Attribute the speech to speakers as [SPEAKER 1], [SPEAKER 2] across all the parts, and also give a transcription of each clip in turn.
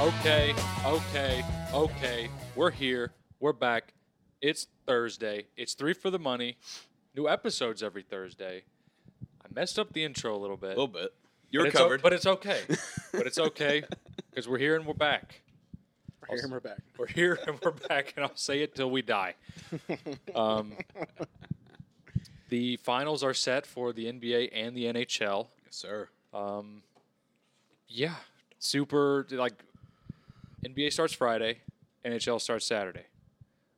[SPEAKER 1] Okay, okay, okay. We're here. We're back. It's Thursday. It's three for the money. New episodes every Thursday. I messed up the intro a little bit.
[SPEAKER 2] A little bit.
[SPEAKER 1] but
[SPEAKER 2] You're
[SPEAKER 1] it's o-
[SPEAKER 2] covered.
[SPEAKER 1] but it's okay. but it's okay because we're here and we're back.
[SPEAKER 3] We're here and we're back.
[SPEAKER 1] We're here and we're back, and I'll say it till we die. Um, the finals are set for the NBA and the NHL.
[SPEAKER 2] yes, sir.
[SPEAKER 1] Um, yeah, super. Like NBA starts Friday, NHL starts Saturday,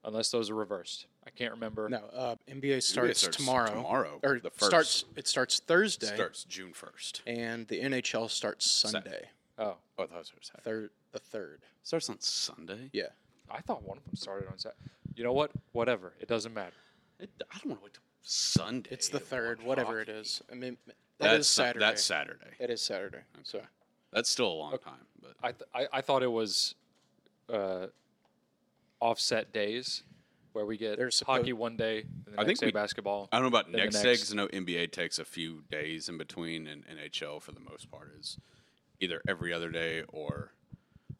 [SPEAKER 1] unless those are reversed. I can't remember.
[SPEAKER 3] No, uh, NBA, starts
[SPEAKER 2] starts
[SPEAKER 3] tomorrow.
[SPEAKER 2] tomorrow,
[SPEAKER 3] or
[SPEAKER 2] the
[SPEAKER 3] starts it starts Thursday,
[SPEAKER 2] Starts June first.
[SPEAKER 3] and the NHL starts Sunday,
[SPEAKER 1] Oh,
[SPEAKER 2] Oh, that was Saturday.
[SPEAKER 3] third the third.
[SPEAKER 2] Starts on Sunday.
[SPEAKER 3] Yeah,
[SPEAKER 1] I thought one of them started on Saturday. You know what? Whatever. It doesn't matter.
[SPEAKER 2] It, I don't want to wait till Sunday.
[SPEAKER 3] it's the
[SPEAKER 2] to
[SPEAKER 3] third,
[SPEAKER 2] watch
[SPEAKER 3] whatever
[SPEAKER 2] hockey.
[SPEAKER 3] it is. I mean,
[SPEAKER 2] that's
[SPEAKER 3] that is
[SPEAKER 2] Sun-
[SPEAKER 3] Saturday.
[SPEAKER 2] That's Saturday.
[SPEAKER 3] It is Saturday. So
[SPEAKER 2] That's still a long time, but
[SPEAKER 1] I th- I, I thought it was uh, offset days where we get
[SPEAKER 3] There's suppo-
[SPEAKER 1] hockey one day and the
[SPEAKER 2] I
[SPEAKER 1] next
[SPEAKER 2] think
[SPEAKER 1] day
[SPEAKER 2] we-
[SPEAKER 1] basketball.
[SPEAKER 2] I don't know about
[SPEAKER 1] the
[SPEAKER 2] next,
[SPEAKER 1] next-
[SPEAKER 2] day 'cause I know NBA takes a few days in between, and NHL for the most part is either every other day or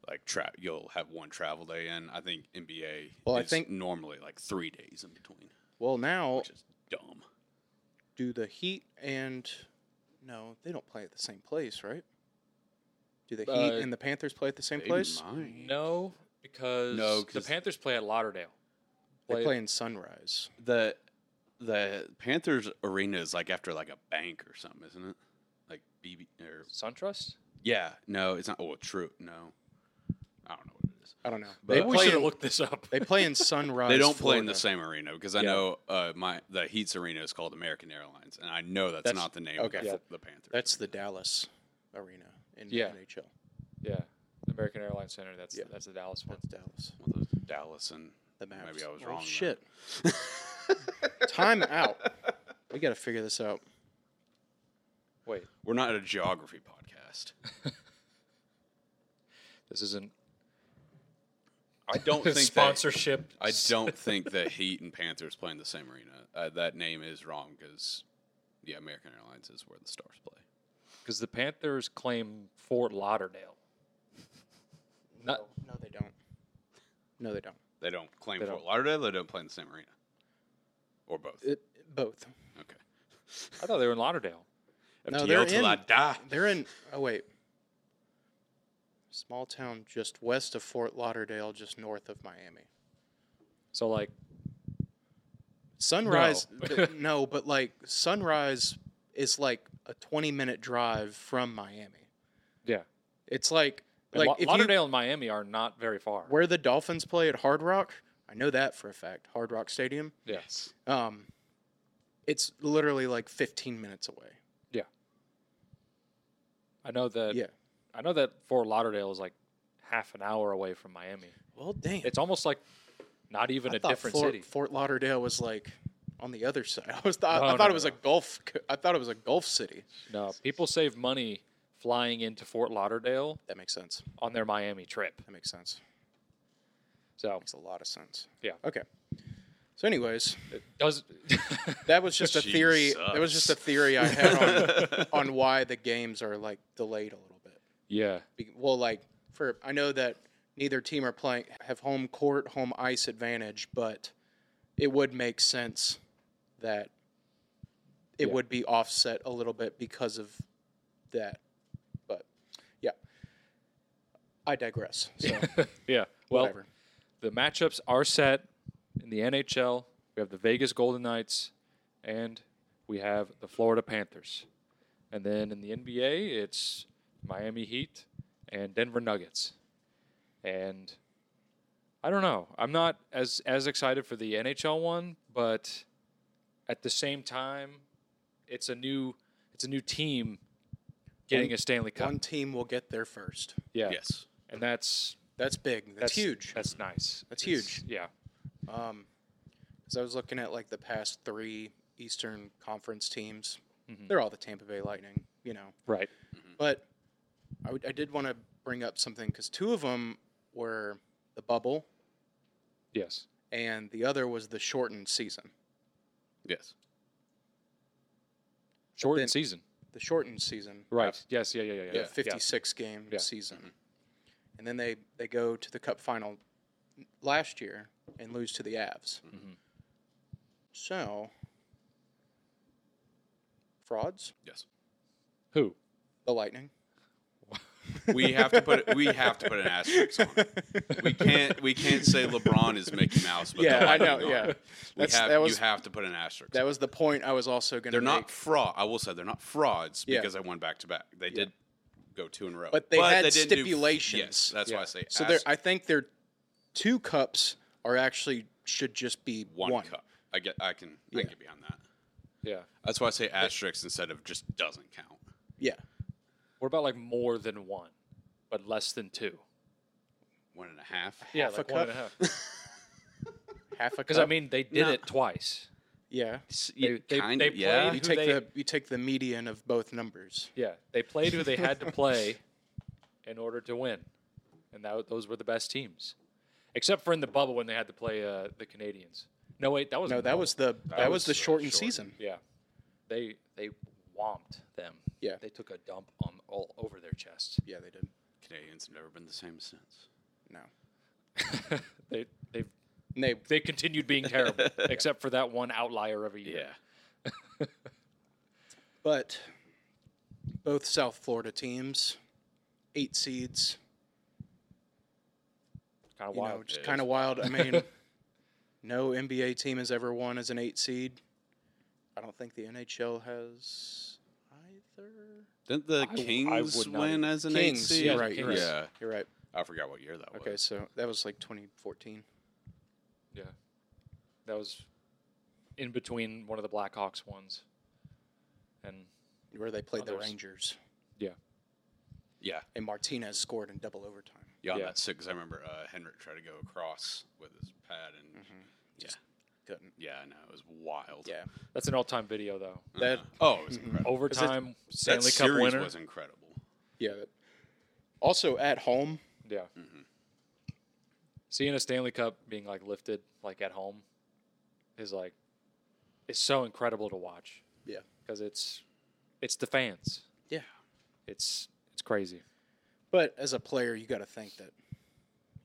[SPEAKER 2] like tra- you'll have one travel day in. I think NBA
[SPEAKER 3] Well, I
[SPEAKER 2] is
[SPEAKER 3] think-
[SPEAKER 2] normally like three days in between,
[SPEAKER 3] well now
[SPEAKER 2] which is dumb.
[SPEAKER 3] do the Heat and no, they don't play at the same place, right? Do the Heat
[SPEAKER 1] Uh,
[SPEAKER 3] and the Panthers play at the same
[SPEAKER 2] They
[SPEAKER 3] place?
[SPEAKER 2] might.
[SPEAKER 1] No, because
[SPEAKER 2] No,
[SPEAKER 1] the
[SPEAKER 2] 'cause-
[SPEAKER 1] Panthers play at Lauderdale.
[SPEAKER 3] They play in Sunrise.
[SPEAKER 2] the the Panthers arena is like after like a bank or something, isn't it? Like BB or
[SPEAKER 1] SunTrust.
[SPEAKER 2] yeah, no, it's not. Oh, true, no, I don't know what it is.
[SPEAKER 3] I don't know.
[SPEAKER 2] But-
[SPEAKER 3] they,
[SPEAKER 2] We
[SPEAKER 1] Play
[SPEAKER 3] play
[SPEAKER 1] to
[SPEAKER 3] in,
[SPEAKER 1] look this up.
[SPEAKER 3] they play in Sunrise.
[SPEAKER 2] They don't play in
[SPEAKER 3] Florida.
[SPEAKER 2] the same arena because I
[SPEAKER 1] Yeah.
[SPEAKER 2] know uh, my the Heat's arena is called American Airlines, and I know that's,
[SPEAKER 3] That's-
[SPEAKER 2] not the name
[SPEAKER 3] okay.
[SPEAKER 2] of the,
[SPEAKER 1] Yeah.
[SPEAKER 2] the Panthers.
[SPEAKER 3] That's the Dallas arena in the
[SPEAKER 1] Yeah.
[SPEAKER 3] NHL.
[SPEAKER 1] Yeah, American Airlines Center. That's
[SPEAKER 3] Yeah.
[SPEAKER 1] that's the Dallas one.
[SPEAKER 3] That's Dallas.
[SPEAKER 2] Well, those Dallas and
[SPEAKER 3] The Mavs.
[SPEAKER 2] Maybe I was
[SPEAKER 3] Oh,
[SPEAKER 2] wrong there.
[SPEAKER 3] Shit. Time out. We got to figure this out.
[SPEAKER 1] Wait,
[SPEAKER 2] we're not a geography podcast.
[SPEAKER 1] this isn't
[SPEAKER 2] I don't think that,
[SPEAKER 1] sponsorship.
[SPEAKER 2] I don't think the Heat and Panthers play in the same arena. Uh, that name is wrong because yeah, American Airlines is where the Stars play.
[SPEAKER 1] because the Panthers claim Fort Lauderdale.
[SPEAKER 3] No,
[SPEAKER 1] Not-
[SPEAKER 3] no, they don't. No, they don't.
[SPEAKER 2] They don't claim
[SPEAKER 1] They
[SPEAKER 2] Fort
[SPEAKER 1] don't.
[SPEAKER 2] Lauderdale. They don't play in the same arena, or both.
[SPEAKER 3] It, both.
[SPEAKER 2] okay.
[SPEAKER 1] I thought they were in Lauderdale.
[SPEAKER 2] Have
[SPEAKER 3] No,
[SPEAKER 2] to
[SPEAKER 3] they're
[SPEAKER 2] yell till I
[SPEAKER 3] in-
[SPEAKER 2] die.
[SPEAKER 3] They're in. Oh wait. Small town just west of Fort Lauderdale, just north of Miami.
[SPEAKER 1] So like,
[SPEAKER 3] Sunrise. but- no but like Sunrise is like a 20 minute drive from Miami.
[SPEAKER 1] yeah,
[SPEAKER 3] It's like
[SPEAKER 1] like
[SPEAKER 3] like if you
[SPEAKER 1] Lauderdale and Miami are not very far.
[SPEAKER 3] where the Dolphins play at Hard Rock. I know that for a fact. Hard Rock Stadium.
[SPEAKER 1] Yes,
[SPEAKER 3] Um, it's literally like 15 minutes away.
[SPEAKER 1] I know that.
[SPEAKER 3] yeah.
[SPEAKER 1] I know that Fort Lauderdale is like half an hour away from Miami.
[SPEAKER 3] Well, damn.
[SPEAKER 1] It's almost like not even
[SPEAKER 3] I
[SPEAKER 1] a
[SPEAKER 3] thought
[SPEAKER 1] different
[SPEAKER 3] Fort,
[SPEAKER 1] city.
[SPEAKER 3] Fort Lauderdale was like on the other side. I was thought,
[SPEAKER 1] No,
[SPEAKER 3] I
[SPEAKER 1] no,
[SPEAKER 3] thought
[SPEAKER 1] no,
[SPEAKER 3] it was
[SPEAKER 1] no.
[SPEAKER 3] a Gulf. c- I thought it was a Gulf city.
[SPEAKER 1] No, people save money flying into Fort Lauderdale
[SPEAKER 3] That makes sense.
[SPEAKER 1] on their Miami trip.
[SPEAKER 3] That makes sense.
[SPEAKER 1] So
[SPEAKER 3] Makes a lot of sense.
[SPEAKER 1] Yeah.
[SPEAKER 3] Okay. So, anyways,
[SPEAKER 1] it does
[SPEAKER 3] that was just a theory. That was just a theory I had on, on why the games are like delayed a little bit.
[SPEAKER 1] yeah.
[SPEAKER 3] Be- Well, like for I know that neither team are playing have home court, home ice advantage, but it would make sense that it
[SPEAKER 1] Yeah.
[SPEAKER 3] would be offset a little bit because of that. But yeah, I digress. So
[SPEAKER 1] yeah. Well,
[SPEAKER 3] whatever.
[SPEAKER 1] the matchups are set in the NHL. We have the Vegas Golden Knights and we have the Florida Panthers. And then in the NBA, it's Miami Heat and Denver Nuggets. And I don't know. I'm not as as excited for the NHL one, but at the same time, it's a new it's a new team getting
[SPEAKER 3] One-
[SPEAKER 1] a Stanley Cup.
[SPEAKER 3] One team will get there first.
[SPEAKER 1] yeah.
[SPEAKER 2] Yes.
[SPEAKER 1] And that's
[SPEAKER 3] That's big. That's, huge.
[SPEAKER 1] That's nice.
[SPEAKER 3] That's
[SPEAKER 1] It's-
[SPEAKER 3] huge.
[SPEAKER 1] Yeah.
[SPEAKER 3] Um, because I was looking at like the past three Eastern Conference teams.
[SPEAKER 1] Mhm.
[SPEAKER 3] They're all the Tampa Bay Lightning. You know,
[SPEAKER 1] Right.
[SPEAKER 3] But I, would- I did want to bring up something because two of them were the bubble,
[SPEAKER 1] Yes.
[SPEAKER 3] and the other was the shortened season.
[SPEAKER 2] Yes.
[SPEAKER 1] Shortened
[SPEAKER 3] then-
[SPEAKER 1] season.
[SPEAKER 3] The shortened season,
[SPEAKER 1] Right. Yes. Yeah. Yeah. Yeah.
[SPEAKER 3] the 56 game
[SPEAKER 1] Yeah.
[SPEAKER 3] season. and then they they go to the Cup final last year and lose to the Avs.
[SPEAKER 2] Mm-hmm.
[SPEAKER 1] Mhm.
[SPEAKER 3] So frauds,
[SPEAKER 2] Yes,
[SPEAKER 1] Who?
[SPEAKER 3] the Lightning.
[SPEAKER 2] we have to put we have to put an asterisk on. it. We can't we can't say LeBron is Mickey Mouse. But
[SPEAKER 3] yeah,
[SPEAKER 2] the
[SPEAKER 3] I know.
[SPEAKER 2] Lightning
[SPEAKER 3] Yeah,
[SPEAKER 2] aren't. we
[SPEAKER 3] That's-
[SPEAKER 2] have,
[SPEAKER 3] that was
[SPEAKER 2] you have to put an asterisk.
[SPEAKER 3] that was the point I was also going to.
[SPEAKER 2] they're not fraud. I will say they're not frauds
[SPEAKER 3] Yeah.
[SPEAKER 2] because they won back to back. They did go two in a row,
[SPEAKER 3] But they had
[SPEAKER 2] didn't do-
[SPEAKER 3] stipulations.
[SPEAKER 2] yes, that's why
[SPEAKER 1] Yeah.
[SPEAKER 2] I say
[SPEAKER 3] So there,
[SPEAKER 2] asterisk.
[SPEAKER 3] I think their two cups are actually should just be
[SPEAKER 2] one,
[SPEAKER 3] one.
[SPEAKER 2] cup. I get. I can. I
[SPEAKER 3] Yeah.
[SPEAKER 2] can get behind that.
[SPEAKER 1] Yeah.
[SPEAKER 2] That's why I say asterisk instead of just doesn't count.
[SPEAKER 3] Yeah,
[SPEAKER 1] What about like more than one, but less than two?
[SPEAKER 2] One and a half.
[SPEAKER 1] Yeah,
[SPEAKER 3] Half a
[SPEAKER 1] like one and a
[SPEAKER 3] cup?
[SPEAKER 1] half.
[SPEAKER 3] half a cup.
[SPEAKER 1] Because I mean, they did
[SPEAKER 2] No.
[SPEAKER 1] it twice.
[SPEAKER 3] yeah,
[SPEAKER 1] They, they,
[SPEAKER 2] kinda,
[SPEAKER 1] they played
[SPEAKER 2] yeah.
[SPEAKER 1] who
[SPEAKER 3] you take
[SPEAKER 1] they,
[SPEAKER 3] the you take the median of both numbers.
[SPEAKER 1] yeah they played who they had to play in order to win, and that, those were the best teams, except for in the bubble when they had to play uh, the Canadians. No wait, that was
[SPEAKER 3] No, that was the that,
[SPEAKER 2] was,
[SPEAKER 3] was, the
[SPEAKER 2] uh,
[SPEAKER 3] shortened
[SPEAKER 2] shortened.
[SPEAKER 3] season.
[SPEAKER 1] yeah. They they whomped them.
[SPEAKER 3] Yeah.
[SPEAKER 1] they took a dump on all over their chest.
[SPEAKER 3] Yeah, they did.
[SPEAKER 2] Canadians have never been the same since.
[SPEAKER 3] No,
[SPEAKER 1] they they
[SPEAKER 3] and they
[SPEAKER 1] they continued being terrible, except for that one outlier every year.
[SPEAKER 3] But both South Florida teams, eight seeds,
[SPEAKER 1] kind of
[SPEAKER 3] you
[SPEAKER 1] wild.
[SPEAKER 3] know, just
[SPEAKER 2] it
[SPEAKER 3] kind of
[SPEAKER 2] is.
[SPEAKER 3] wild. I mean, no NBA team has ever won as an eight seed. I don't think the NHL has either.
[SPEAKER 2] Didn't the
[SPEAKER 1] I- I
[SPEAKER 2] Kings
[SPEAKER 1] would not
[SPEAKER 2] win
[SPEAKER 1] even-
[SPEAKER 2] as an eight
[SPEAKER 3] Kings,
[SPEAKER 2] seed?
[SPEAKER 3] yeah, right,
[SPEAKER 1] Kings.
[SPEAKER 2] Yeah,
[SPEAKER 3] You're right.
[SPEAKER 2] I forgot what year that was.
[SPEAKER 3] Okay, so that was like 2014.
[SPEAKER 1] Yeah, that was in between one of the Blackhawks ones, and
[SPEAKER 3] Where they played the
[SPEAKER 1] Others.
[SPEAKER 3] Rangers,
[SPEAKER 2] Yeah,
[SPEAKER 3] and Martinez scored in double overtime.
[SPEAKER 2] yeah, on
[SPEAKER 1] Yeah.
[SPEAKER 2] that six, I remember uh, Henrik tried to go across with his pad, and
[SPEAKER 1] Mm-hmm.
[SPEAKER 3] Couldn't.
[SPEAKER 2] yeah, I know it was wild.
[SPEAKER 3] Yeah,
[SPEAKER 1] that's an all-time video though.
[SPEAKER 2] Uh-huh.
[SPEAKER 3] That-
[SPEAKER 2] oh, it was incredible.
[SPEAKER 1] Overtime
[SPEAKER 2] that
[SPEAKER 1] Stanley Cup
[SPEAKER 2] series
[SPEAKER 1] winner.
[SPEAKER 2] was incredible.
[SPEAKER 3] yeah. Also at home,
[SPEAKER 1] Yeah, seeing a Stanley Cup being like lifted like at home is like it's so incredible to watch.
[SPEAKER 3] Yeah.
[SPEAKER 1] because it's it's the fans.
[SPEAKER 3] Yeah.
[SPEAKER 1] it's it's crazy.
[SPEAKER 3] but as a player, you got to think that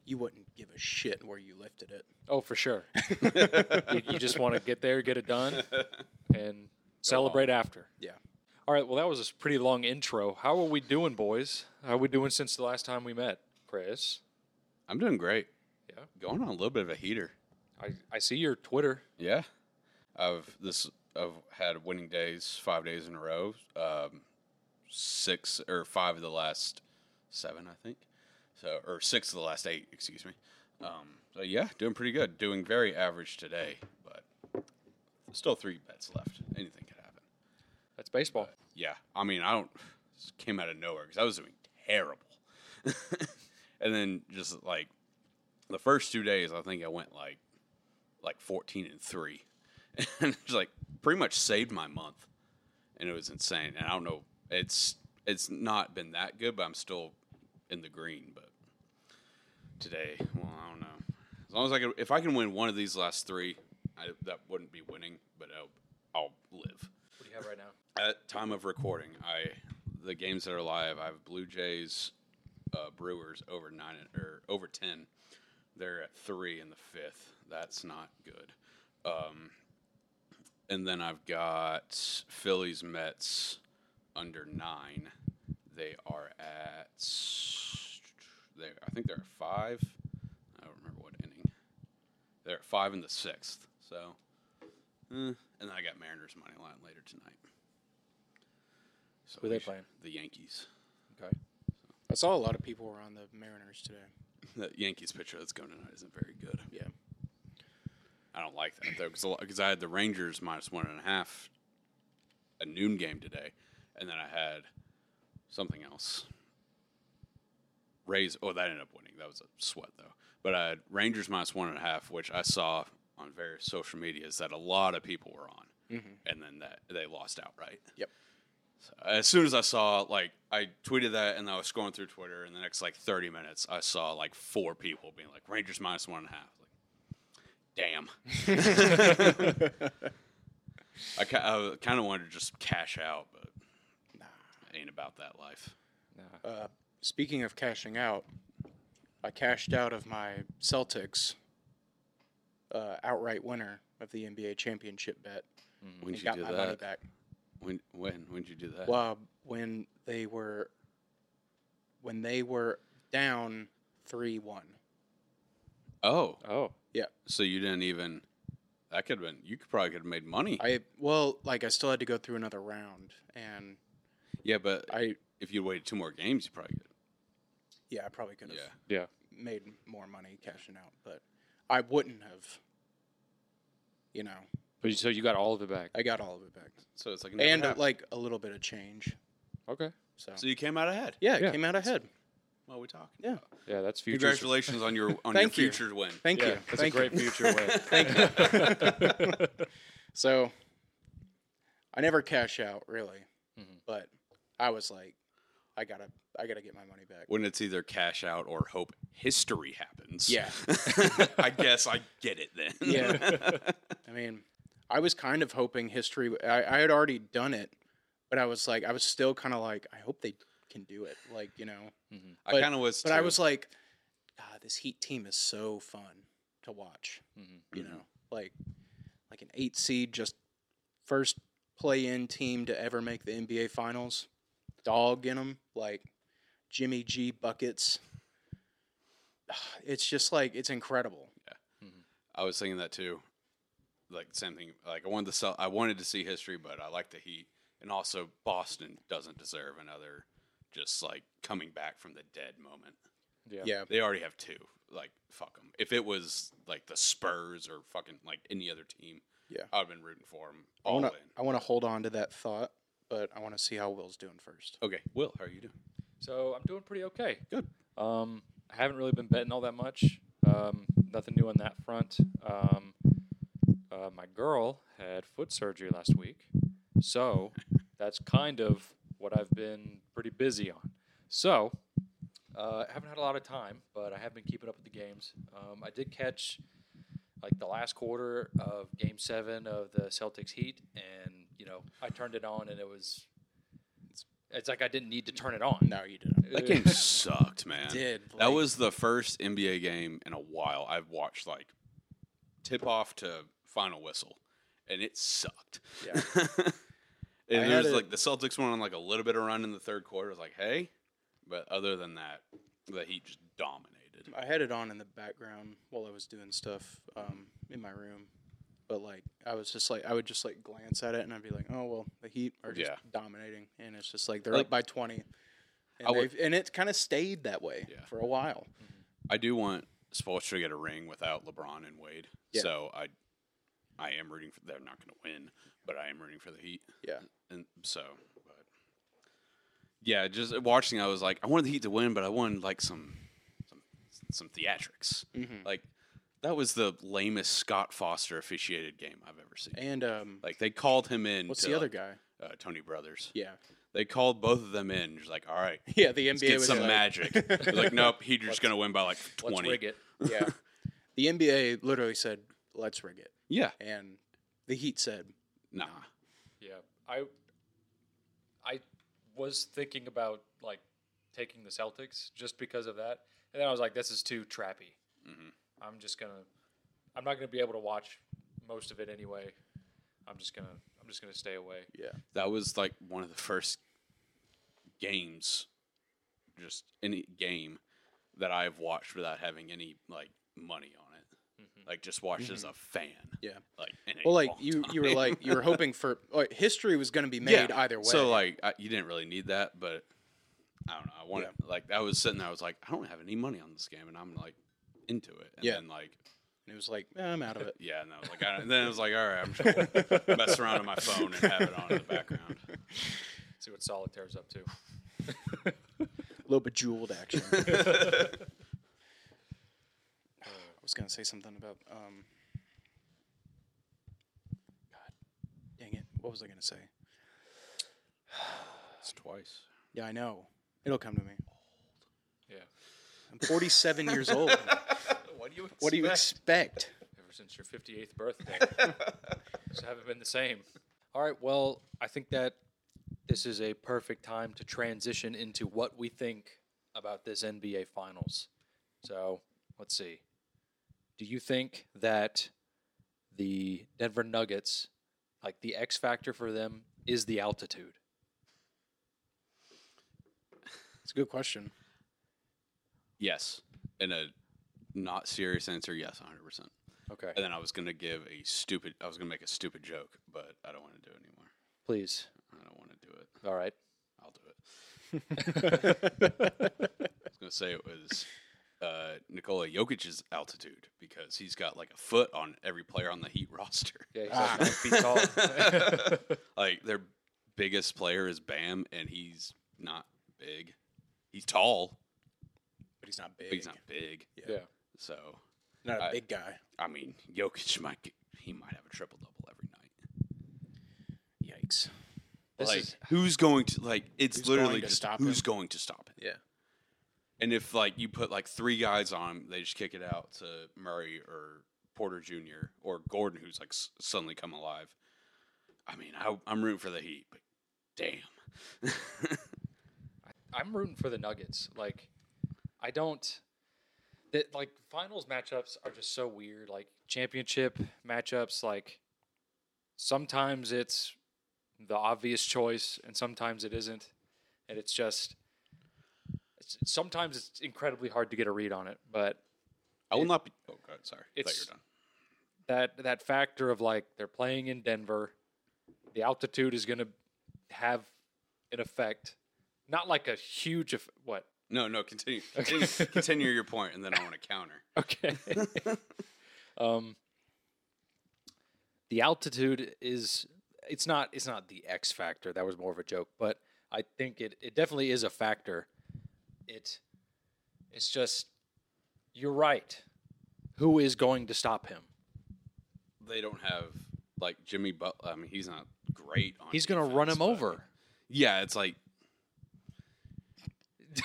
[SPEAKER 3] you wouldn't give a shit where you lifted it.
[SPEAKER 1] Oh, for sure. you, you just want to get there, get it done, and celebrate after.
[SPEAKER 3] Yeah.
[SPEAKER 1] All right. Well, that was a pretty long intro. How are we doing, boys? How are we doing since the last time we met, Chris?
[SPEAKER 2] I'm doing great.
[SPEAKER 1] Yeah.
[SPEAKER 2] going on a little bit of a heater.
[SPEAKER 1] I, I see your Twitter.
[SPEAKER 2] Yeah, I've this I've had winning days five days in a row. Um, six or five of the last seven, I think. So or six of the last eight, excuse me. Um, so yeah, doing pretty good. Doing very average today, but still three bets left. Anything could happen.
[SPEAKER 1] That's baseball.
[SPEAKER 2] Yeah, I mean I don't this came out of nowhere because I was doing terrible, and then just like the first two days, I think I went like like 14 and 3 and it's like pretty much saved my month and it was insane and i don't know it's it's not been that good but i'm still in the green but today well i don't know as long as i can if i can win one of these last three I, that wouldn't be winning but i'll, I'll live
[SPEAKER 1] What do you have right now?
[SPEAKER 2] at time of recording i the games that are live i have blue jays uh, brewers over nine or over 10 they're at three in the fifth that's not good um, and then i've got phillies mets under nine they are at they, i think they're at five i don't remember what inning they're at five in the sixth so eh. and then i got mariners money line later tonight so
[SPEAKER 1] Who are they
[SPEAKER 2] we sh-
[SPEAKER 1] playing?
[SPEAKER 2] the yankees
[SPEAKER 1] Okay.
[SPEAKER 3] I saw a lot of people were on the Mariners today.
[SPEAKER 2] the Yankees pitcher that's going tonight isn't very good.
[SPEAKER 3] Yeah.
[SPEAKER 2] I don't like that though, because I had the Rangers minus one and a half, a noon game today, and then I had something else. Rays. Oh, that ended up winning. That was a sweat though. But I had Rangers minus one and a half, which I saw on various social medias that a lot of people were on, and then that they lost outright.
[SPEAKER 3] Yep.
[SPEAKER 2] So, as soon as I saw, like, I tweeted that, and I was scrolling through Twitter, and the next like thirty minutes, I saw like four people being like Rangers minus one and a half. Like, damn. I, ki- I kind of wanted to just cash out, but ain't about that life.
[SPEAKER 1] Nah.
[SPEAKER 3] Uh, speaking of cashing out, I cashed out of my Celtics uh, outright winner of the NBA championship bet
[SPEAKER 1] Mm-hmm.
[SPEAKER 2] When
[SPEAKER 3] and
[SPEAKER 2] did you
[SPEAKER 3] got
[SPEAKER 2] do
[SPEAKER 3] my money
[SPEAKER 2] that?
[SPEAKER 3] back.
[SPEAKER 2] When when when did you do that?
[SPEAKER 3] Well, when they were when they were down three one.
[SPEAKER 2] Oh,
[SPEAKER 1] Oh,
[SPEAKER 2] so you didn't even. That could have been. You could probably could have made money.
[SPEAKER 3] I well, like I still had to go through another round, and
[SPEAKER 2] yeah, but
[SPEAKER 3] I
[SPEAKER 2] if you waited two more games, you probably could.
[SPEAKER 3] yeah, I probably could have
[SPEAKER 2] Yeah.
[SPEAKER 1] yeah.
[SPEAKER 3] made more money cashing out, but I wouldn't have. You know,
[SPEAKER 1] But you, so you got all of it back.
[SPEAKER 3] I got all of it back,
[SPEAKER 2] So it's like it never
[SPEAKER 3] and uh,
[SPEAKER 2] happened.
[SPEAKER 3] like a little bit of change.
[SPEAKER 1] Okay.
[SPEAKER 3] So,
[SPEAKER 2] So you came out ahead.
[SPEAKER 3] yeah, it
[SPEAKER 1] Yeah.
[SPEAKER 3] came out ahead.
[SPEAKER 2] Well, we talked.
[SPEAKER 3] Yeah.
[SPEAKER 1] Yeah, that's future.
[SPEAKER 2] Congratulations on your on your
[SPEAKER 3] Thank you.
[SPEAKER 2] future win.
[SPEAKER 3] Thank
[SPEAKER 1] yeah,
[SPEAKER 3] you.
[SPEAKER 1] That's
[SPEAKER 3] Thank
[SPEAKER 1] a great
[SPEAKER 3] you.
[SPEAKER 1] future win.
[SPEAKER 2] Thank
[SPEAKER 1] you.
[SPEAKER 3] So, I never cash out really,
[SPEAKER 1] Mhm.
[SPEAKER 3] but I was like, I gotta, I gotta get my money back.
[SPEAKER 2] When it's either cash out or hope history happens.
[SPEAKER 3] Yeah.
[SPEAKER 2] I guess I get it then.
[SPEAKER 1] Yeah.
[SPEAKER 3] I mean, I was kind of hoping history. I, I had already done it, but I was like, I was still kind of like, I hope they can do it. Like you know,
[SPEAKER 2] I
[SPEAKER 3] But-
[SPEAKER 2] kind of was.
[SPEAKER 3] but I
[SPEAKER 2] too.
[SPEAKER 3] was like, God, this Heat team is so fun to watch.
[SPEAKER 1] Mm-hmm.
[SPEAKER 3] You
[SPEAKER 2] Mhm.
[SPEAKER 3] know, like like an eight seed, just first play-in team to ever make the NBA Finals. Dog in them, like Jimmy G buckets. It's just like it's incredible.
[SPEAKER 2] I was thinking that too. Like same thing. Like I wanted to sell. I wanted to see history, but I like the Heat, and also Boston doesn't deserve another just like coming back from the dead moment.
[SPEAKER 1] Yeah.
[SPEAKER 3] Yeah,
[SPEAKER 2] They already have two. Like fuck them. If it was like the Spurs or fucking like any other team,
[SPEAKER 3] Yeah.
[SPEAKER 2] I'd have been rooting for them
[SPEAKER 3] I
[SPEAKER 2] all
[SPEAKER 3] wanna-
[SPEAKER 2] in.
[SPEAKER 3] I want to hold on to that thought, but I want to see how Will's doing first.
[SPEAKER 2] Okay, Will, how are you doing?
[SPEAKER 1] So I'm doing pretty okay.
[SPEAKER 2] Good.
[SPEAKER 1] Um, I haven't really been betting all that much. Um, nothing new on that front. Um, uh, my girl had foot surgery last week, so that's kind of what I've been pretty busy on. So uh, I haven't had a lot of time, but I have been keeping up with the games. Um, I did catch like the last quarter of Game Seven of the Celtics Heat, and you know I turned it on, and it was. It's like I didn't need to turn it on.
[SPEAKER 3] No, you didn't.
[SPEAKER 1] Uh,
[SPEAKER 2] That game sucked, man.
[SPEAKER 3] Did
[SPEAKER 2] That
[SPEAKER 3] like-
[SPEAKER 2] was the first NBA game in a while I've watched like tip off to final whistle, and it sucked.
[SPEAKER 3] Yeah. I
[SPEAKER 2] and
[SPEAKER 3] had
[SPEAKER 2] there was
[SPEAKER 3] it-
[SPEAKER 2] like the Celtics went on like a little bit of run in the third quarter. I was like, hey, but other than that, the Heat just dominated.
[SPEAKER 3] I had it on in the background while I was doing stuff um, in my room, but like I was just like I would just like glance at it and I'd be like, oh well, the Heat are just
[SPEAKER 2] Yeah.
[SPEAKER 3] dominating, and it's just like they're
[SPEAKER 2] Like-
[SPEAKER 3] up by twenty,
[SPEAKER 2] I
[SPEAKER 3] and,
[SPEAKER 2] would-
[SPEAKER 3] they've and it kind of stayed that way
[SPEAKER 2] Yeah.
[SPEAKER 3] for a while.
[SPEAKER 2] I do want Spoelstra to get a ring without LeBron and Wade,
[SPEAKER 3] Yeah.
[SPEAKER 2] so I, I am rooting for. They're not going to win, but I am rooting for the Heat.
[SPEAKER 3] Yeah.
[SPEAKER 2] and so, but yeah, just watching, I was like, I wanted the Heat to win, but I wanted like some, some, some theatrics.
[SPEAKER 3] Mhm.
[SPEAKER 2] Like that was the lamest Scott Foster officiated game I've ever seen.
[SPEAKER 3] And um,
[SPEAKER 2] Like they called him in.
[SPEAKER 3] what's
[SPEAKER 2] to,
[SPEAKER 3] the other
[SPEAKER 2] like,
[SPEAKER 3] guy?
[SPEAKER 2] Uh, Tony Brothers.
[SPEAKER 3] Yeah,
[SPEAKER 2] They called both of them in. Just like, all right,
[SPEAKER 3] yeah. The
[SPEAKER 2] let's
[SPEAKER 3] NBA
[SPEAKER 2] get
[SPEAKER 3] was
[SPEAKER 2] some
[SPEAKER 3] like-
[SPEAKER 2] magic. They're like, nope, he's just gonna win by like
[SPEAKER 1] Let's
[SPEAKER 2] twenty.
[SPEAKER 1] rig it.
[SPEAKER 3] yeah, the NBA literally said, "Let's rig it,"
[SPEAKER 2] Yeah,
[SPEAKER 3] and the Heat said,
[SPEAKER 2] nah.
[SPEAKER 1] Yeah, I I was thinking about like taking the Celtics just because of that, and then I was like, this is too trappy.
[SPEAKER 2] Mhm.
[SPEAKER 1] I'm just gonna, I'm not gonna be able to watch most of it anyway. I'm just gonna, I'm just gonna stay away.
[SPEAKER 3] "Yeah,
[SPEAKER 2] That was like one of the first games, just any game that I've watched without having any like money on it.
[SPEAKER 1] Mm-hmm.
[SPEAKER 2] Like just watched as a fan.
[SPEAKER 3] Mm-hmm. Yeah.
[SPEAKER 2] Like in a
[SPEAKER 3] Well, like
[SPEAKER 2] long
[SPEAKER 3] you, you were
[SPEAKER 2] time.
[SPEAKER 3] like you were hoping for like, history was going to be
[SPEAKER 2] Yeah.
[SPEAKER 3] made either way.
[SPEAKER 2] So like I, you didn't really need that, but I don't know. I wanted like I was sitting there. I was like, I don't have any money on this game, and I'm like into it. And
[SPEAKER 3] Yeah.
[SPEAKER 2] Then, like
[SPEAKER 3] and it was like, "Eh, I'm out of it.
[SPEAKER 2] yeah, and I was like, I, and then it was like, all right, I'm just gonna mess around on my phone and have it on in the background.
[SPEAKER 1] See what Solitaire's up to.
[SPEAKER 3] A little bejeweled action. I was going to say something about um. God, dang it! What was I going to say?
[SPEAKER 2] It's twice.
[SPEAKER 3] Yeah, I know. It'll come to me.
[SPEAKER 1] Yeah,
[SPEAKER 3] I'm 47 years old.
[SPEAKER 2] What do you? Expect?
[SPEAKER 3] What do you expect?
[SPEAKER 1] ever since your 58th birthday, just haven't been the same. All right, well, I think that this is a perfect time to transition into what we think about this NBA Finals So let's see. Do you think that the Denver Nuggets, like the X factor for them, is the altitude?
[SPEAKER 3] It's a good question.
[SPEAKER 2] Yes. In a not serious answer, yes, 100%.
[SPEAKER 1] Okay,
[SPEAKER 2] And then I was going to give a stupid, I was going to make a stupid joke, but I don't want to do it anymore.
[SPEAKER 1] please.
[SPEAKER 2] I don't want to do it.
[SPEAKER 1] All right.
[SPEAKER 2] I'll do it. I was going to say it was uh, Nikola Jokic's altitude because he's got like a foot on every player on the Heat roster.
[SPEAKER 1] Yeah, he's
[SPEAKER 3] Ah.
[SPEAKER 1] like nine feet tall.
[SPEAKER 2] like their biggest player is Bam, and he's not big. He's tall,
[SPEAKER 3] But he's not big.
[SPEAKER 2] but he's not big.
[SPEAKER 1] yeah.
[SPEAKER 2] So
[SPEAKER 3] Not a
[SPEAKER 2] I-
[SPEAKER 3] big guy.
[SPEAKER 2] I mean, Jokic might get, he might have a triple double every night.
[SPEAKER 3] Yikes.
[SPEAKER 1] This
[SPEAKER 2] like
[SPEAKER 1] is-
[SPEAKER 2] who's going to like? It's
[SPEAKER 3] Who's
[SPEAKER 2] literally
[SPEAKER 3] going to
[SPEAKER 2] just
[SPEAKER 3] stop
[SPEAKER 2] who's
[SPEAKER 3] him?
[SPEAKER 2] going to stop him.
[SPEAKER 3] Yeah.
[SPEAKER 2] And if like you put like three guys on him, they just kick it out to Murray or Porter Jr. or Gordon, who's like s- suddenly come alive. I mean, I, I'm rooting for the Heat, but damn.
[SPEAKER 1] I'm rooting for the Nuggets. Like, I don't. That like finals matchups are just so weird. Like championship matchups, like sometimes it's the obvious choice, and sometimes it isn't, and it's just. it's- Sometimes it's incredibly hard to get a read on it, but
[SPEAKER 2] I will not be. Oh God, sorry. I thought you
[SPEAKER 1] it's-
[SPEAKER 2] were done.
[SPEAKER 1] that that factor of like they're playing in Denver, the altitude is going to have an effect, not like a huge eff- what
[SPEAKER 2] No, no. Continue. Continue, continue your point, and then I want to counter.
[SPEAKER 1] Okay. um, the altitude is it's not it's not the X factor. That was more of a joke, but I think it it definitely is a factor. It it's just you're right. Who is going to stop him?
[SPEAKER 2] They don't have like Jimmy Butler. I mean, he's not great on.
[SPEAKER 1] He's going to run
[SPEAKER 2] defense,
[SPEAKER 1] him
[SPEAKER 2] but-
[SPEAKER 1] over.
[SPEAKER 2] Yeah, it's like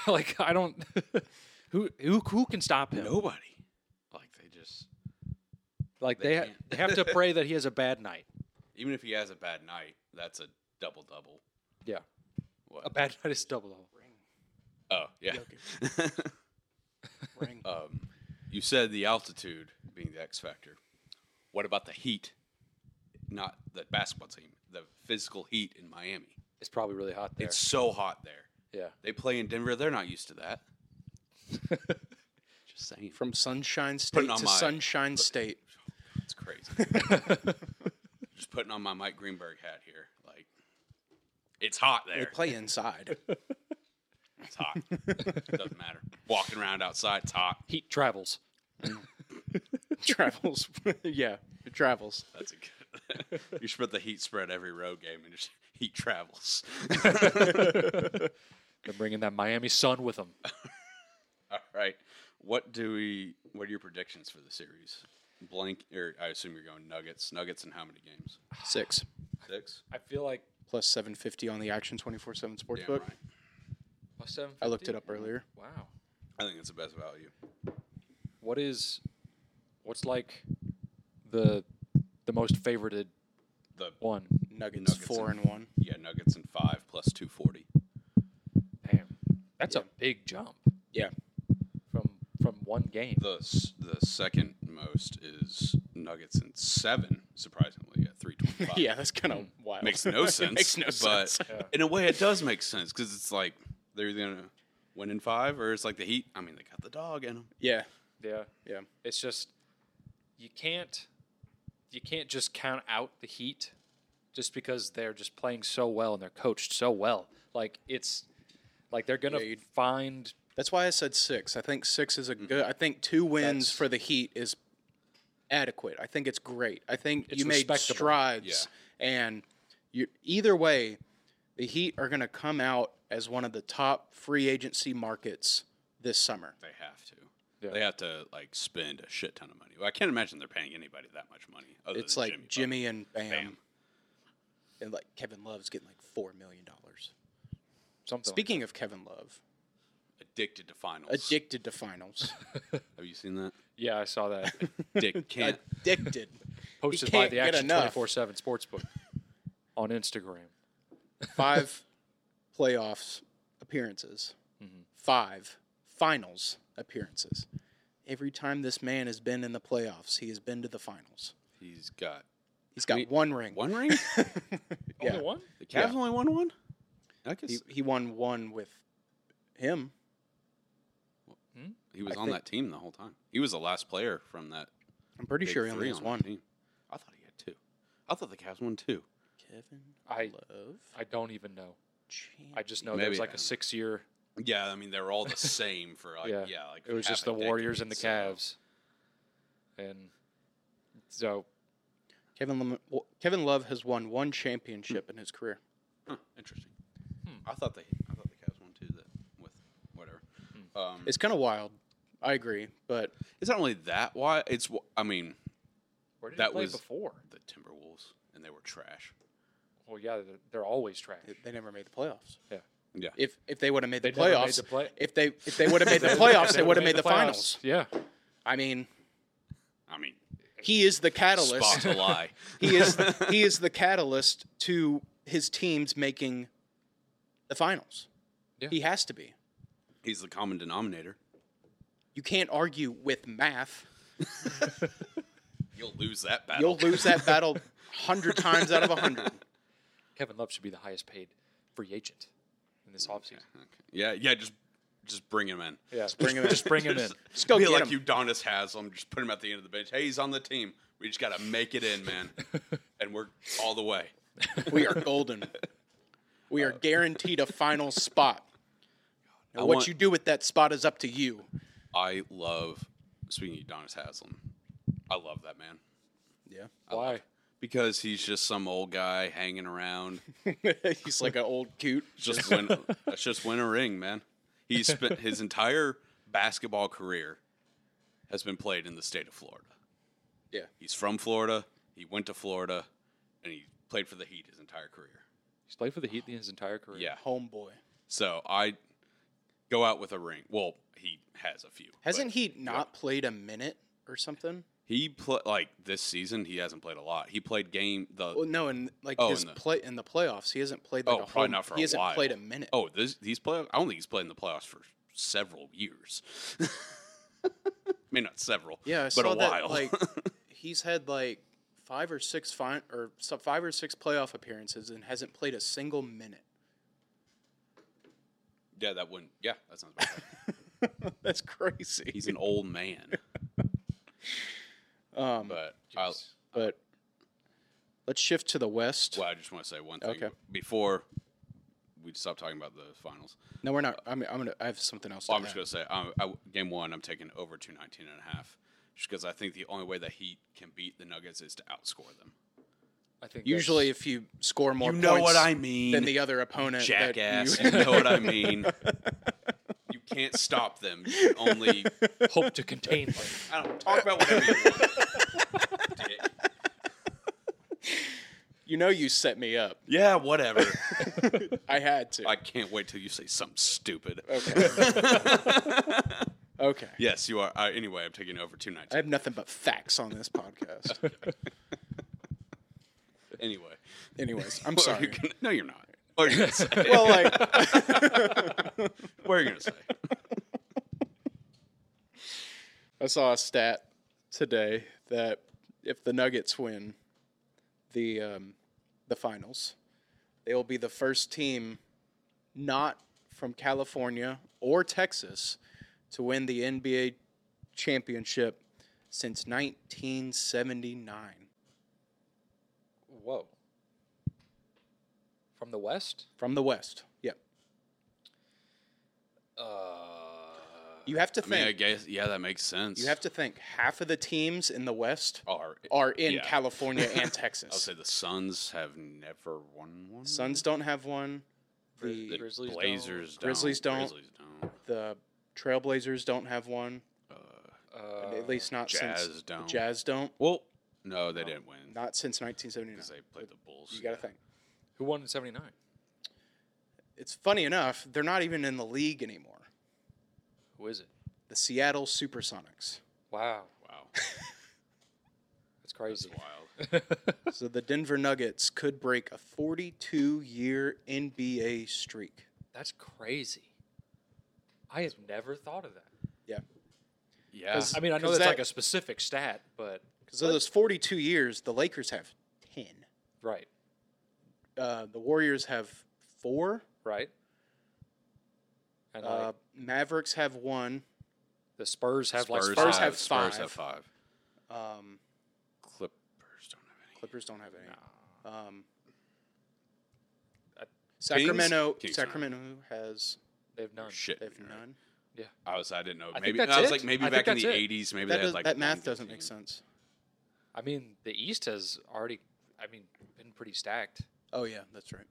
[SPEAKER 1] like I don't who who who can stop him?
[SPEAKER 2] nobody. Like they just
[SPEAKER 1] Like
[SPEAKER 2] they
[SPEAKER 1] they ha-
[SPEAKER 2] can't.
[SPEAKER 1] they have to pray that he has a bad night.
[SPEAKER 2] even if he has a bad night, that's a double double.
[SPEAKER 1] Yeah.
[SPEAKER 2] What?
[SPEAKER 1] A bad night is double double.
[SPEAKER 2] oh yeah.
[SPEAKER 3] Ring.
[SPEAKER 2] um, you said the altitude being the X factor. What about the heat? Not the basketball team. The physical heat in Miami.
[SPEAKER 1] It's probably really hot there.
[SPEAKER 2] It's so hot there.
[SPEAKER 1] yeah.
[SPEAKER 2] They play in Denver. They're not used to that. Just saying.
[SPEAKER 3] From Sunshine State
[SPEAKER 2] on
[SPEAKER 3] to
[SPEAKER 2] my-
[SPEAKER 3] Sunshine State.
[SPEAKER 2] It's crazy. Just putting on my Mike Greenberg hat here. Like, it's hot
[SPEAKER 3] They
[SPEAKER 2] there.
[SPEAKER 3] play inside.
[SPEAKER 2] It's hot. Doesn't matter. Walking around outside, it's hot.
[SPEAKER 1] Heat travels.
[SPEAKER 3] travels. yeah, it travels.
[SPEAKER 2] That's a good. you should put the heat spread every road game and just heat travels.
[SPEAKER 1] They're bringing that Miami Sun with them.
[SPEAKER 2] All right. What do we? What are your predictions for the series? Blank. Or I assume you're going Nuggets. Nuggets in how many games?
[SPEAKER 3] Six
[SPEAKER 2] Six.
[SPEAKER 1] I feel like
[SPEAKER 3] plus seven fifty on the Action twenty four seven sports
[SPEAKER 2] Damn
[SPEAKER 3] book.
[SPEAKER 2] right.
[SPEAKER 1] plus seven.
[SPEAKER 3] I looked it up earlier.
[SPEAKER 1] Wow.
[SPEAKER 2] I think it's the best value.
[SPEAKER 1] What is, what's like, the, the most favorited
[SPEAKER 2] The
[SPEAKER 1] one?
[SPEAKER 3] Nuggets,
[SPEAKER 2] Nuggets
[SPEAKER 3] four
[SPEAKER 2] and-
[SPEAKER 3] and one.
[SPEAKER 2] yeah Nuggets in five plus two forty.
[SPEAKER 1] Damn, that's a
[SPEAKER 3] Yeah.
[SPEAKER 1] big jump
[SPEAKER 3] Yeah,
[SPEAKER 1] from from one game.
[SPEAKER 2] The s- the second most is Nuggets in seven. Surprisingly, at three twenty five.
[SPEAKER 3] yeah, that's kind of wild.
[SPEAKER 2] Hmm. Makes no
[SPEAKER 3] It
[SPEAKER 2] sense.
[SPEAKER 3] Makes no
[SPEAKER 2] but
[SPEAKER 3] sense.
[SPEAKER 1] Yeah.
[SPEAKER 2] in a way, it does make sense because it's like they're gonna win in five, or it's like the Heat. I mean, they got the dog in them.
[SPEAKER 3] Yeah,
[SPEAKER 1] yeah,
[SPEAKER 3] yeah.
[SPEAKER 1] it's just you can't you can't just count out the Heat just because they're just playing so well and they're coached so well. Like it's like they're gonna
[SPEAKER 3] Yeah, you'd-
[SPEAKER 1] find
[SPEAKER 3] That's why I said six. I think six is a
[SPEAKER 2] Hmm.
[SPEAKER 3] good. I think two wins
[SPEAKER 1] That's-
[SPEAKER 3] for the Heat is adequate. I think it's great. I think
[SPEAKER 1] It's
[SPEAKER 3] you made
[SPEAKER 1] respectable.
[SPEAKER 3] strides, and you either way, the Heat are going to come out as one of the top free agency markets this summer.
[SPEAKER 2] They have to.
[SPEAKER 1] Yeah.
[SPEAKER 2] They have to like spend a shit ton of money. Well, I can't imagine they're paying anybody that much money. Other
[SPEAKER 3] It's
[SPEAKER 2] than
[SPEAKER 3] like
[SPEAKER 2] Jimmy. Butler.
[SPEAKER 3] Jimmy, and Bam,
[SPEAKER 2] Bam.
[SPEAKER 3] and like Kevin Love's getting like four million dollars.
[SPEAKER 1] something. like
[SPEAKER 3] Speaking of Kevin Love,
[SPEAKER 2] addicted to finals.
[SPEAKER 3] addicted to finals,
[SPEAKER 2] have you seen that?
[SPEAKER 1] Yeah, I saw that.
[SPEAKER 2] Dick can't.
[SPEAKER 3] addicted.
[SPEAKER 1] Posted by
[SPEAKER 3] can't
[SPEAKER 1] the
[SPEAKER 3] get
[SPEAKER 1] Action Twenty
[SPEAKER 3] enough.
[SPEAKER 1] Four Seven Sportsbook on Instagram.
[SPEAKER 3] Five playoffs appearances, five finals appearances. every time this man has been in the playoffs, he has been to the finals.
[SPEAKER 2] He's got
[SPEAKER 3] He's got
[SPEAKER 2] We-
[SPEAKER 3] one ring.
[SPEAKER 2] one ring.
[SPEAKER 3] yeah.
[SPEAKER 1] Only one?
[SPEAKER 2] The Cavs
[SPEAKER 3] Yeah.
[SPEAKER 2] only won one. I guess
[SPEAKER 3] He,
[SPEAKER 2] he,
[SPEAKER 3] he won one with him.
[SPEAKER 2] was
[SPEAKER 3] I
[SPEAKER 2] on
[SPEAKER 3] think-
[SPEAKER 2] that team the whole time. He was the last player from that.
[SPEAKER 3] I'm pretty
[SPEAKER 2] big
[SPEAKER 3] sure he only
[SPEAKER 2] three
[SPEAKER 3] has
[SPEAKER 2] on that
[SPEAKER 3] one.
[SPEAKER 2] Team. I thought he had two. I thought the Cavs won two.
[SPEAKER 3] Kevin
[SPEAKER 1] I-
[SPEAKER 3] Love.
[SPEAKER 1] I don't even know. I just know
[SPEAKER 2] Maybe
[SPEAKER 1] there was like
[SPEAKER 2] I-
[SPEAKER 1] a six year.
[SPEAKER 2] Yeah, I mean they were all the same for like
[SPEAKER 1] Yeah.
[SPEAKER 2] yeah, like
[SPEAKER 1] It was
[SPEAKER 2] half
[SPEAKER 1] just
[SPEAKER 2] a
[SPEAKER 1] uh, the Warriors and the
[SPEAKER 2] decade, so-
[SPEAKER 1] Cavs. And so
[SPEAKER 3] Kevin Lam- w- Kevin Love has won one championship in his career.
[SPEAKER 2] Huh, interesting.
[SPEAKER 1] Hmm.
[SPEAKER 2] I thought they, I thought the Cavs won too. That with whatever. Um,
[SPEAKER 3] It's kind of wild. I agree, but
[SPEAKER 2] it's not really that why. It's wh- I mean
[SPEAKER 1] where did
[SPEAKER 2] That
[SPEAKER 1] he play
[SPEAKER 2] was-
[SPEAKER 1] before?
[SPEAKER 2] the Timberwolves and they were trash.
[SPEAKER 1] Well, yeah, they're, they're always trash.
[SPEAKER 3] they never made the playoffs.
[SPEAKER 1] Yeah.
[SPEAKER 2] Yeah.
[SPEAKER 3] If if they would have made the
[SPEAKER 1] They never made
[SPEAKER 3] playoffs,
[SPEAKER 1] the play-
[SPEAKER 3] if they if they would have made the playoffs, they would have made the finals.
[SPEAKER 1] Yeah.
[SPEAKER 3] I mean,
[SPEAKER 2] I mean,
[SPEAKER 3] he is the catalyst.
[SPEAKER 2] spot's a lie.
[SPEAKER 3] he is he is the catalyst to his teams making the finals.
[SPEAKER 1] Yeah.
[SPEAKER 3] He has to be.
[SPEAKER 2] He's the common denominator.
[SPEAKER 3] You can't argue with math.
[SPEAKER 2] You'll lose that battle.
[SPEAKER 3] You'll lose that battle hundred times out of hundred.
[SPEAKER 1] Kevin Love should be the highest paid free agent in this offseason.
[SPEAKER 2] Okay. Yeah, yeah. Just, just bring him in.
[SPEAKER 1] Yeah.
[SPEAKER 3] bring him in.
[SPEAKER 1] Just bring him in.
[SPEAKER 2] Just
[SPEAKER 3] Just go
[SPEAKER 2] be
[SPEAKER 3] get
[SPEAKER 2] like
[SPEAKER 3] him.
[SPEAKER 2] Udonis Haslam. Just put him at the end of the bench. Hey, he's on the team. We just got to make it in, man. and we're all the way.
[SPEAKER 3] We are golden. We are guaranteed a final spot. Now,
[SPEAKER 2] I
[SPEAKER 3] what
[SPEAKER 2] want-
[SPEAKER 3] you do with that spot is up to you.
[SPEAKER 2] I love speaking of Udonis Haslam. I love that man
[SPEAKER 3] Yeah.
[SPEAKER 1] Why?
[SPEAKER 2] because he's just some old guy hanging around.
[SPEAKER 3] He's like an old cute.
[SPEAKER 2] Just win. let's just win a ring, man. He spent his entire basketball career has been played in the state of Florida.
[SPEAKER 3] Yeah.
[SPEAKER 2] He's from Florida. He went to Florida, and he played for the Heat his entire career.
[SPEAKER 1] He's played for the Heat his entire career.
[SPEAKER 2] Yeah.
[SPEAKER 3] Homeboy.
[SPEAKER 2] So I go out with a ring. Well, he has a few.
[SPEAKER 3] Hasn't
[SPEAKER 2] but
[SPEAKER 3] he not played a minute or something?
[SPEAKER 2] He play like this season. He hasn't played a lot. He played game the.
[SPEAKER 3] Well, no, and like
[SPEAKER 2] Oh,
[SPEAKER 3] his
[SPEAKER 2] in the-
[SPEAKER 3] play in the playoffs, he hasn't played. Like
[SPEAKER 2] Oh,
[SPEAKER 3] a
[SPEAKER 2] probably
[SPEAKER 3] whole-
[SPEAKER 2] not for
[SPEAKER 3] He
[SPEAKER 2] a
[SPEAKER 3] hasn't
[SPEAKER 2] while.
[SPEAKER 3] played a minute.
[SPEAKER 2] Oh, this these play. I don't think he's played in the playoffs for several years. I mean, not several.
[SPEAKER 3] yeah, I
[SPEAKER 2] but
[SPEAKER 3] saw
[SPEAKER 2] a while.
[SPEAKER 3] that. Like he's had like five or six fine or so- five or six playoff appearances and hasn't played a single minute.
[SPEAKER 2] yeah, that wouldn't. Yeah, that sounds. About right.
[SPEAKER 3] That's crazy.
[SPEAKER 2] He's an old man,
[SPEAKER 3] Um, but,
[SPEAKER 2] but I,
[SPEAKER 1] Jeez.
[SPEAKER 3] let's shift to the West.
[SPEAKER 2] well, I just want to say one thing
[SPEAKER 3] Okay.
[SPEAKER 2] before we stop talking about the finals.
[SPEAKER 3] No, we're not. I mean, I'm gonna. I have something else.
[SPEAKER 2] Well,
[SPEAKER 3] to
[SPEAKER 2] I'm just
[SPEAKER 3] add.
[SPEAKER 2] going to say, um, I, game one, I'm taking over 219 and a half just because I think the only way the Heat can beat the Nuggets is to outscore them.
[SPEAKER 1] I think
[SPEAKER 3] Usually,
[SPEAKER 1] that's-
[SPEAKER 3] if you score more, points
[SPEAKER 2] mean.
[SPEAKER 3] than the other opponent, that
[SPEAKER 2] Jackass.
[SPEAKER 3] you-
[SPEAKER 2] You know what I mean. You can't stop them. You can only.
[SPEAKER 1] hope to contain them.
[SPEAKER 2] I don't talk about whatever you want. Dick.
[SPEAKER 3] you know, you set me up.
[SPEAKER 2] Yeah, whatever.
[SPEAKER 3] I had to.
[SPEAKER 2] I can't wait till you say something stupid.
[SPEAKER 3] okay.
[SPEAKER 2] Yes, you are. Uh, anyway, I'm taking over 219.
[SPEAKER 3] I have nothing but facts on this podcast.
[SPEAKER 2] Anyway.
[SPEAKER 3] Anyways, I'm
[SPEAKER 2] What are you
[SPEAKER 3] sorry.
[SPEAKER 2] gonna- no, you're not. What are you going to say?
[SPEAKER 3] Well, like,
[SPEAKER 2] what are you going to say?
[SPEAKER 3] I saw a stat today that if the Nuggets win the um, the finals, they will be the first team not from California or Texas to win the NBA championship since 1979.
[SPEAKER 1] Whoa. From the West?
[SPEAKER 3] From the West. Yep.
[SPEAKER 1] Uh,
[SPEAKER 3] You have to
[SPEAKER 2] I mean, I
[SPEAKER 3] think.
[SPEAKER 2] guess yeah, that makes sense.
[SPEAKER 3] you have to think half of the teams in the West
[SPEAKER 2] Or,
[SPEAKER 3] are in
[SPEAKER 2] yeah.
[SPEAKER 3] California and
[SPEAKER 2] I'll
[SPEAKER 3] Texas.
[SPEAKER 2] say the Suns have never won one.
[SPEAKER 3] Suns don't have one.
[SPEAKER 1] Grizz-
[SPEAKER 2] the
[SPEAKER 3] The
[SPEAKER 1] Grizzlies don't.
[SPEAKER 2] Blazers don't.
[SPEAKER 3] Grizzlies don't.
[SPEAKER 2] Grizzlies don't.
[SPEAKER 3] the Trailblazers don't have one.
[SPEAKER 1] uh,
[SPEAKER 3] at least not since
[SPEAKER 2] Jazz
[SPEAKER 3] the
[SPEAKER 2] don't.
[SPEAKER 3] Jazz don't.
[SPEAKER 2] Well, no, they didn't win
[SPEAKER 3] Not since 1979.
[SPEAKER 2] because they played the Bulls.
[SPEAKER 3] You got to think.
[SPEAKER 1] who won in 79?
[SPEAKER 3] It's funny enough, they're not even in the league anymore.
[SPEAKER 1] Who is it?
[SPEAKER 3] The Seattle SuperSonics.
[SPEAKER 1] Wow.
[SPEAKER 2] Wow,
[SPEAKER 1] That's crazy.
[SPEAKER 2] wild.
[SPEAKER 3] so the Denver Nuggets could break a 42-year NBA streak.
[SPEAKER 1] That's crazy. I have never thought of that.
[SPEAKER 3] Yeah.
[SPEAKER 2] Yeah.
[SPEAKER 1] I mean, I know that's
[SPEAKER 3] 'Cause that-
[SPEAKER 1] like a specific stat, but
[SPEAKER 3] Because of those 42 years, the Lakers have 10.
[SPEAKER 1] right,
[SPEAKER 3] Uh, the Warriors have four.
[SPEAKER 1] right. And like,
[SPEAKER 3] Uh, Mavericks have one.
[SPEAKER 1] the Spurs have like
[SPEAKER 3] Spurs
[SPEAKER 1] five.
[SPEAKER 3] have
[SPEAKER 2] Spurs have
[SPEAKER 3] five.
[SPEAKER 2] five.
[SPEAKER 3] Um,
[SPEAKER 2] Clippers don't have any.
[SPEAKER 3] Clippers don't have any. Um,
[SPEAKER 1] Uh,
[SPEAKER 3] Sacramento.
[SPEAKER 2] Kings? Kings don't have
[SPEAKER 3] Sacramento has.
[SPEAKER 1] They have none.
[SPEAKER 2] Shit.
[SPEAKER 3] They've none.
[SPEAKER 2] I was. I didn't know.
[SPEAKER 1] I think
[SPEAKER 2] Maybe
[SPEAKER 1] that's
[SPEAKER 2] I was
[SPEAKER 1] it.
[SPEAKER 2] like maybe
[SPEAKER 1] I think
[SPEAKER 2] back in
[SPEAKER 1] that's
[SPEAKER 2] the
[SPEAKER 1] it.
[SPEAKER 2] eighties. Maybe
[SPEAKER 3] That,
[SPEAKER 2] they
[SPEAKER 3] does,
[SPEAKER 2] had like
[SPEAKER 3] that
[SPEAKER 2] one
[SPEAKER 3] math
[SPEAKER 2] good
[SPEAKER 3] doesn't
[SPEAKER 2] team.
[SPEAKER 3] make sense.
[SPEAKER 1] I mean, the East has already, I mean, been pretty stacked.
[SPEAKER 3] Oh yeah, that's right.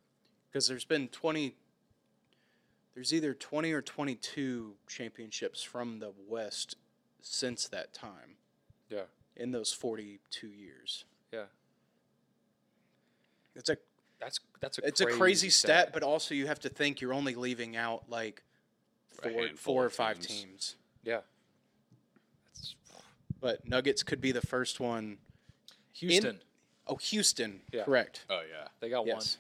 [SPEAKER 3] Because there's been 20. There's either 20 or 22 championships from the West since that time
[SPEAKER 1] Yeah.
[SPEAKER 3] in those 42 years.
[SPEAKER 1] Yeah.
[SPEAKER 3] It's a
[SPEAKER 1] That's that's a
[SPEAKER 3] it's a crazy stat, but also you have to think you're only leaving out like
[SPEAKER 2] A
[SPEAKER 3] four,
[SPEAKER 2] handful
[SPEAKER 3] four or
[SPEAKER 2] of
[SPEAKER 3] five
[SPEAKER 2] teams.
[SPEAKER 3] teams.
[SPEAKER 1] yeah. That's
[SPEAKER 3] But Nuggets could be the first one.
[SPEAKER 1] Houston,
[SPEAKER 3] Oh, Houston,
[SPEAKER 1] Yeah.
[SPEAKER 3] correct?
[SPEAKER 2] Oh yeah.
[SPEAKER 1] they got
[SPEAKER 3] Yes,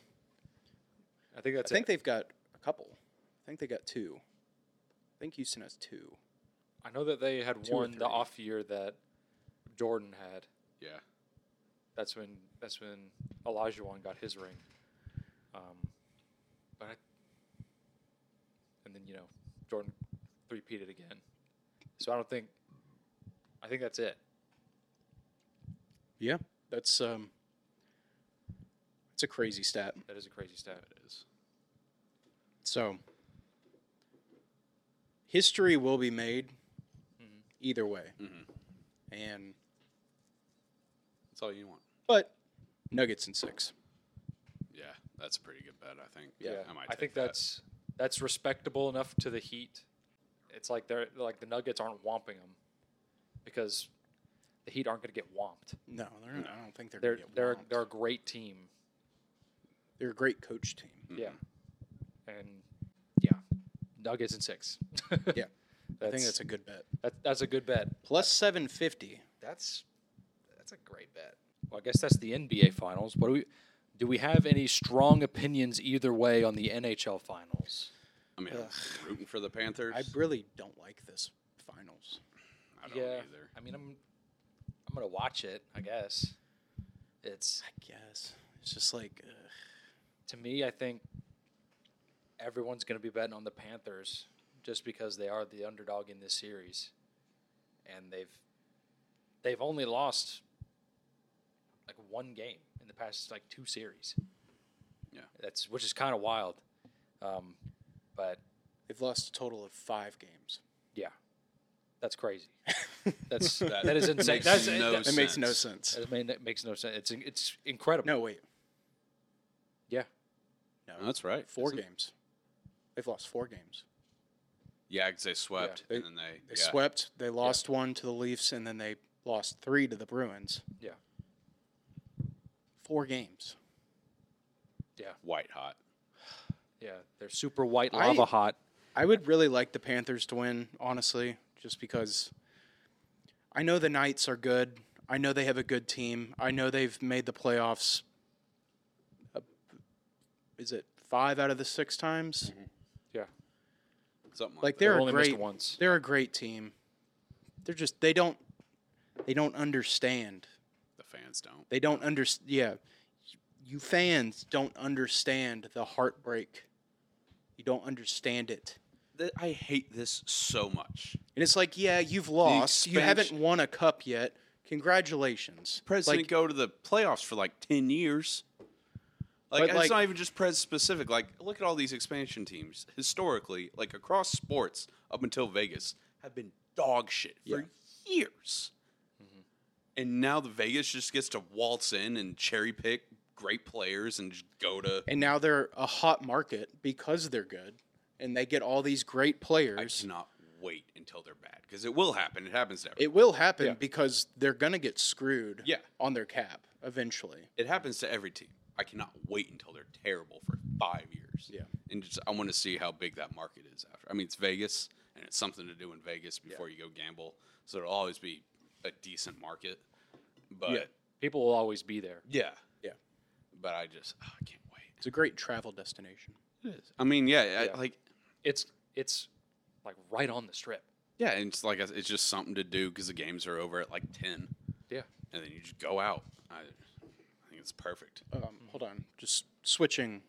[SPEAKER 1] one. I think that's
[SPEAKER 3] I think
[SPEAKER 1] it.
[SPEAKER 3] they've got a couple. I think they got two. I think Houston has two.
[SPEAKER 1] I know that they had
[SPEAKER 3] Two or
[SPEAKER 1] one the
[SPEAKER 3] three.
[SPEAKER 1] off year that Jordan had.
[SPEAKER 2] Yeah.
[SPEAKER 1] That's when that's when Olajuwon got his ring. Um, but I, and then you know Jordan repeated again. So I don't think. I think that's it.
[SPEAKER 3] Yeah, that's um, it's a crazy stat.
[SPEAKER 1] That is a crazy stat.
[SPEAKER 2] It is.
[SPEAKER 3] So history will be made
[SPEAKER 1] Mhm.
[SPEAKER 3] either way,
[SPEAKER 2] Mhm.
[SPEAKER 1] Mm-hmm.
[SPEAKER 3] and
[SPEAKER 2] That's all you want.
[SPEAKER 3] but Nuggets in six.
[SPEAKER 2] Yeah, that's a pretty good bet. I think.
[SPEAKER 1] Yeah,
[SPEAKER 2] I might.
[SPEAKER 1] I
[SPEAKER 2] take
[SPEAKER 1] think
[SPEAKER 2] that.
[SPEAKER 1] that's that's respectable enough to the Heat. It's like they're like the Nuggets aren't whomping them because the Heat aren't going to get whomped.
[SPEAKER 3] No, they're not, I don't think they're
[SPEAKER 1] They're
[SPEAKER 3] gonna get
[SPEAKER 1] they're
[SPEAKER 3] whomped.
[SPEAKER 1] they're a great team.
[SPEAKER 3] They're a great coach team.
[SPEAKER 1] Yeah, and yeah, Nuggets and six. yeah, that's,
[SPEAKER 3] I think that's a good bet.
[SPEAKER 1] that, that's a good bet.
[SPEAKER 3] Plus seven fifty.
[SPEAKER 1] That's that's a great bet. Well, I guess that's the NBA Finals. What do we? Do we have any strong opinions either way on the NHL Finals?
[SPEAKER 2] I mean, I'm rooting for the Panthers.
[SPEAKER 3] I really don't like this finals.
[SPEAKER 2] I don't either.
[SPEAKER 1] I mean, I'm I'm gonna watch it. I guess it's
[SPEAKER 3] I guess it's just like ugh.
[SPEAKER 1] to me. I think everyone's gonna be betting on the Panthers just because they are the underdog in this series, and they've they've only lost like one game in the past like two series.
[SPEAKER 2] Yeah.
[SPEAKER 1] that's which is kind of wild, um, but
[SPEAKER 3] they've lost a total of five games.
[SPEAKER 1] yeah, that's crazy. That's that,
[SPEAKER 2] That
[SPEAKER 1] that is
[SPEAKER 2] makes
[SPEAKER 1] insane. That's
[SPEAKER 2] no
[SPEAKER 1] that-
[SPEAKER 3] That makes no
[SPEAKER 2] Sense.
[SPEAKER 3] sense.
[SPEAKER 1] I mean, that makes no sense. It's it's incredible.
[SPEAKER 3] No, wait.
[SPEAKER 1] Yeah.
[SPEAKER 3] No,
[SPEAKER 2] No, that's right.
[SPEAKER 3] 4
[SPEAKER 2] Isn't-
[SPEAKER 3] games. They've lost four games.
[SPEAKER 2] Yeah, because they swept
[SPEAKER 3] They-
[SPEAKER 2] and then they,
[SPEAKER 3] They
[SPEAKER 2] yeah.
[SPEAKER 3] swept. They lost one to the Leafs, and then they lost three to the Bruins.
[SPEAKER 1] Yeah.
[SPEAKER 3] Four games.
[SPEAKER 2] white hot.
[SPEAKER 1] Yeah, they're super white
[SPEAKER 3] I-
[SPEAKER 1] lava hot.
[SPEAKER 3] I would really like the Panthers to win, honestly, just because I know the Knights are good. I know they have a good team. I know they've made the playoffs. uh, Is it five out of the six times?
[SPEAKER 2] Something like,
[SPEAKER 3] Like
[SPEAKER 2] that.
[SPEAKER 3] they're
[SPEAKER 1] Mm-hmm. They've
[SPEAKER 3] a
[SPEAKER 1] only
[SPEAKER 3] great.
[SPEAKER 1] missed once.
[SPEAKER 3] They're a great team. They're just they don't they don't understand.
[SPEAKER 2] the fans don't.
[SPEAKER 3] They don't understand. Yeah, you fans don't understand the heartbreak. You don't understand it.
[SPEAKER 2] I hate this so much.
[SPEAKER 3] And it's like, yeah, you've lost. You haven't
[SPEAKER 2] expansion-
[SPEAKER 3] won a cup yet. Congratulations.
[SPEAKER 2] President
[SPEAKER 3] Like,
[SPEAKER 2] go to the playoffs for like ten years. Like
[SPEAKER 3] But,
[SPEAKER 2] it's
[SPEAKER 3] like-
[SPEAKER 2] not even just Prez specific. Like look at all these expansion teams historically, like across sports up until Vegas, have been dog shit for years.
[SPEAKER 3] Mm-hmm.
[SPEAKER 2] And now the Vegas just gets to waltz in and cherry pick great players and just go to.
[SPEAKER 3] and now they're a hot market because they're good, and they get all these great
[SPEAKER 2] I
[SPEAKER 3] players.
[SPEAKER 2] cannot wait until they're bad because it will happen. It happens to everyone.
[SPEAKER 3] It will happen
[SPEAKER 1] Yeah.
[SPEAKER 3] because they're gonna get screwed.
[SPEAKER 2] Yeah.
[SPEAKER 3] on their cap eventually.
[SPEAKER 2] It happens to every team. I cannot wait until they're terrible for five years.
[SPEAKER 3] Yeah.
[SPEAKER 2] And just I want to see how big that market is after. I mean, it's Vegas, and it's something to do in Vegas before you go gamble. So it'll always be a decent market. But yeah,
[SPEAKER 1] People will always be there.
[SPEAKER 2] yeah,
[SPEAKER 3] Yeah.
[SPEAKER 2] But I just ah, I can't wait.
[SPEAKER 3] It's a great travel destination.
[SPEAKER 2] It is. I mean, yeah,
[SPEAKER 1] Yeah.
[SPEAKER 2] I, like
[SPEAKER 1] It's it's like right on the strip.
[SPEAKER 2] Yeah, and it's like I s- it's just something to do because the games are over at like ten.
[SPEAKER 1] Yeah.
[SPEAKER 2] and then you just go out. I, I think it's perfect.
[SPEAKER 3] Um, hold on, just switching,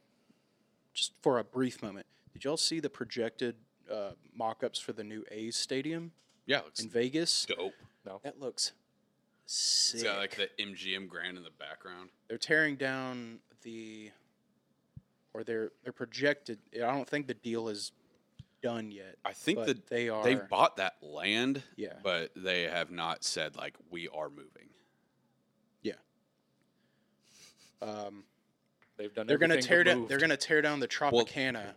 [SPEAKER 3] just for a brief moment. Did y'all see the projected uh, mock-ups for the new A's stadium
[SPEAKER 2] Yeah, it looks
[SPEAKER 3] in Vegas?
[SPEAKER 2] dope.
[SPEAKER 3] That looks
[SPEAKER 2] It's
[SPEAKER 3] sick.
[SPEAKER 2] got like the MGM Grand in the background.
[SPEAKER 3] they're tearing down the, or they're they're projected. I don't think the deal is done yet.
[SPEAKER 2] I think
[SPEAKER 3] but
[SPEAKER 2] that
[SPEAKER 3] they are.
[SPEAKER 2] they've bought that land,
[SPEAKER 3] yeah,
[SPEAKER 2] but they have not said like we are moving.
[SPEAKER 3] um,
[SPEAKER 1] They've done.
[SPEAKER 3] they're gonna
[SPEAKER 1] everything
[SPEAKER 3] tear
[SPEAKER 1] but
[SPEAKER 3] down. They're
[SPEAKER 1] moved.
[SPEAKER 3] gonna tear down the
[SPEAKER 2] Well-
[SPEAKER 3] Tropicana.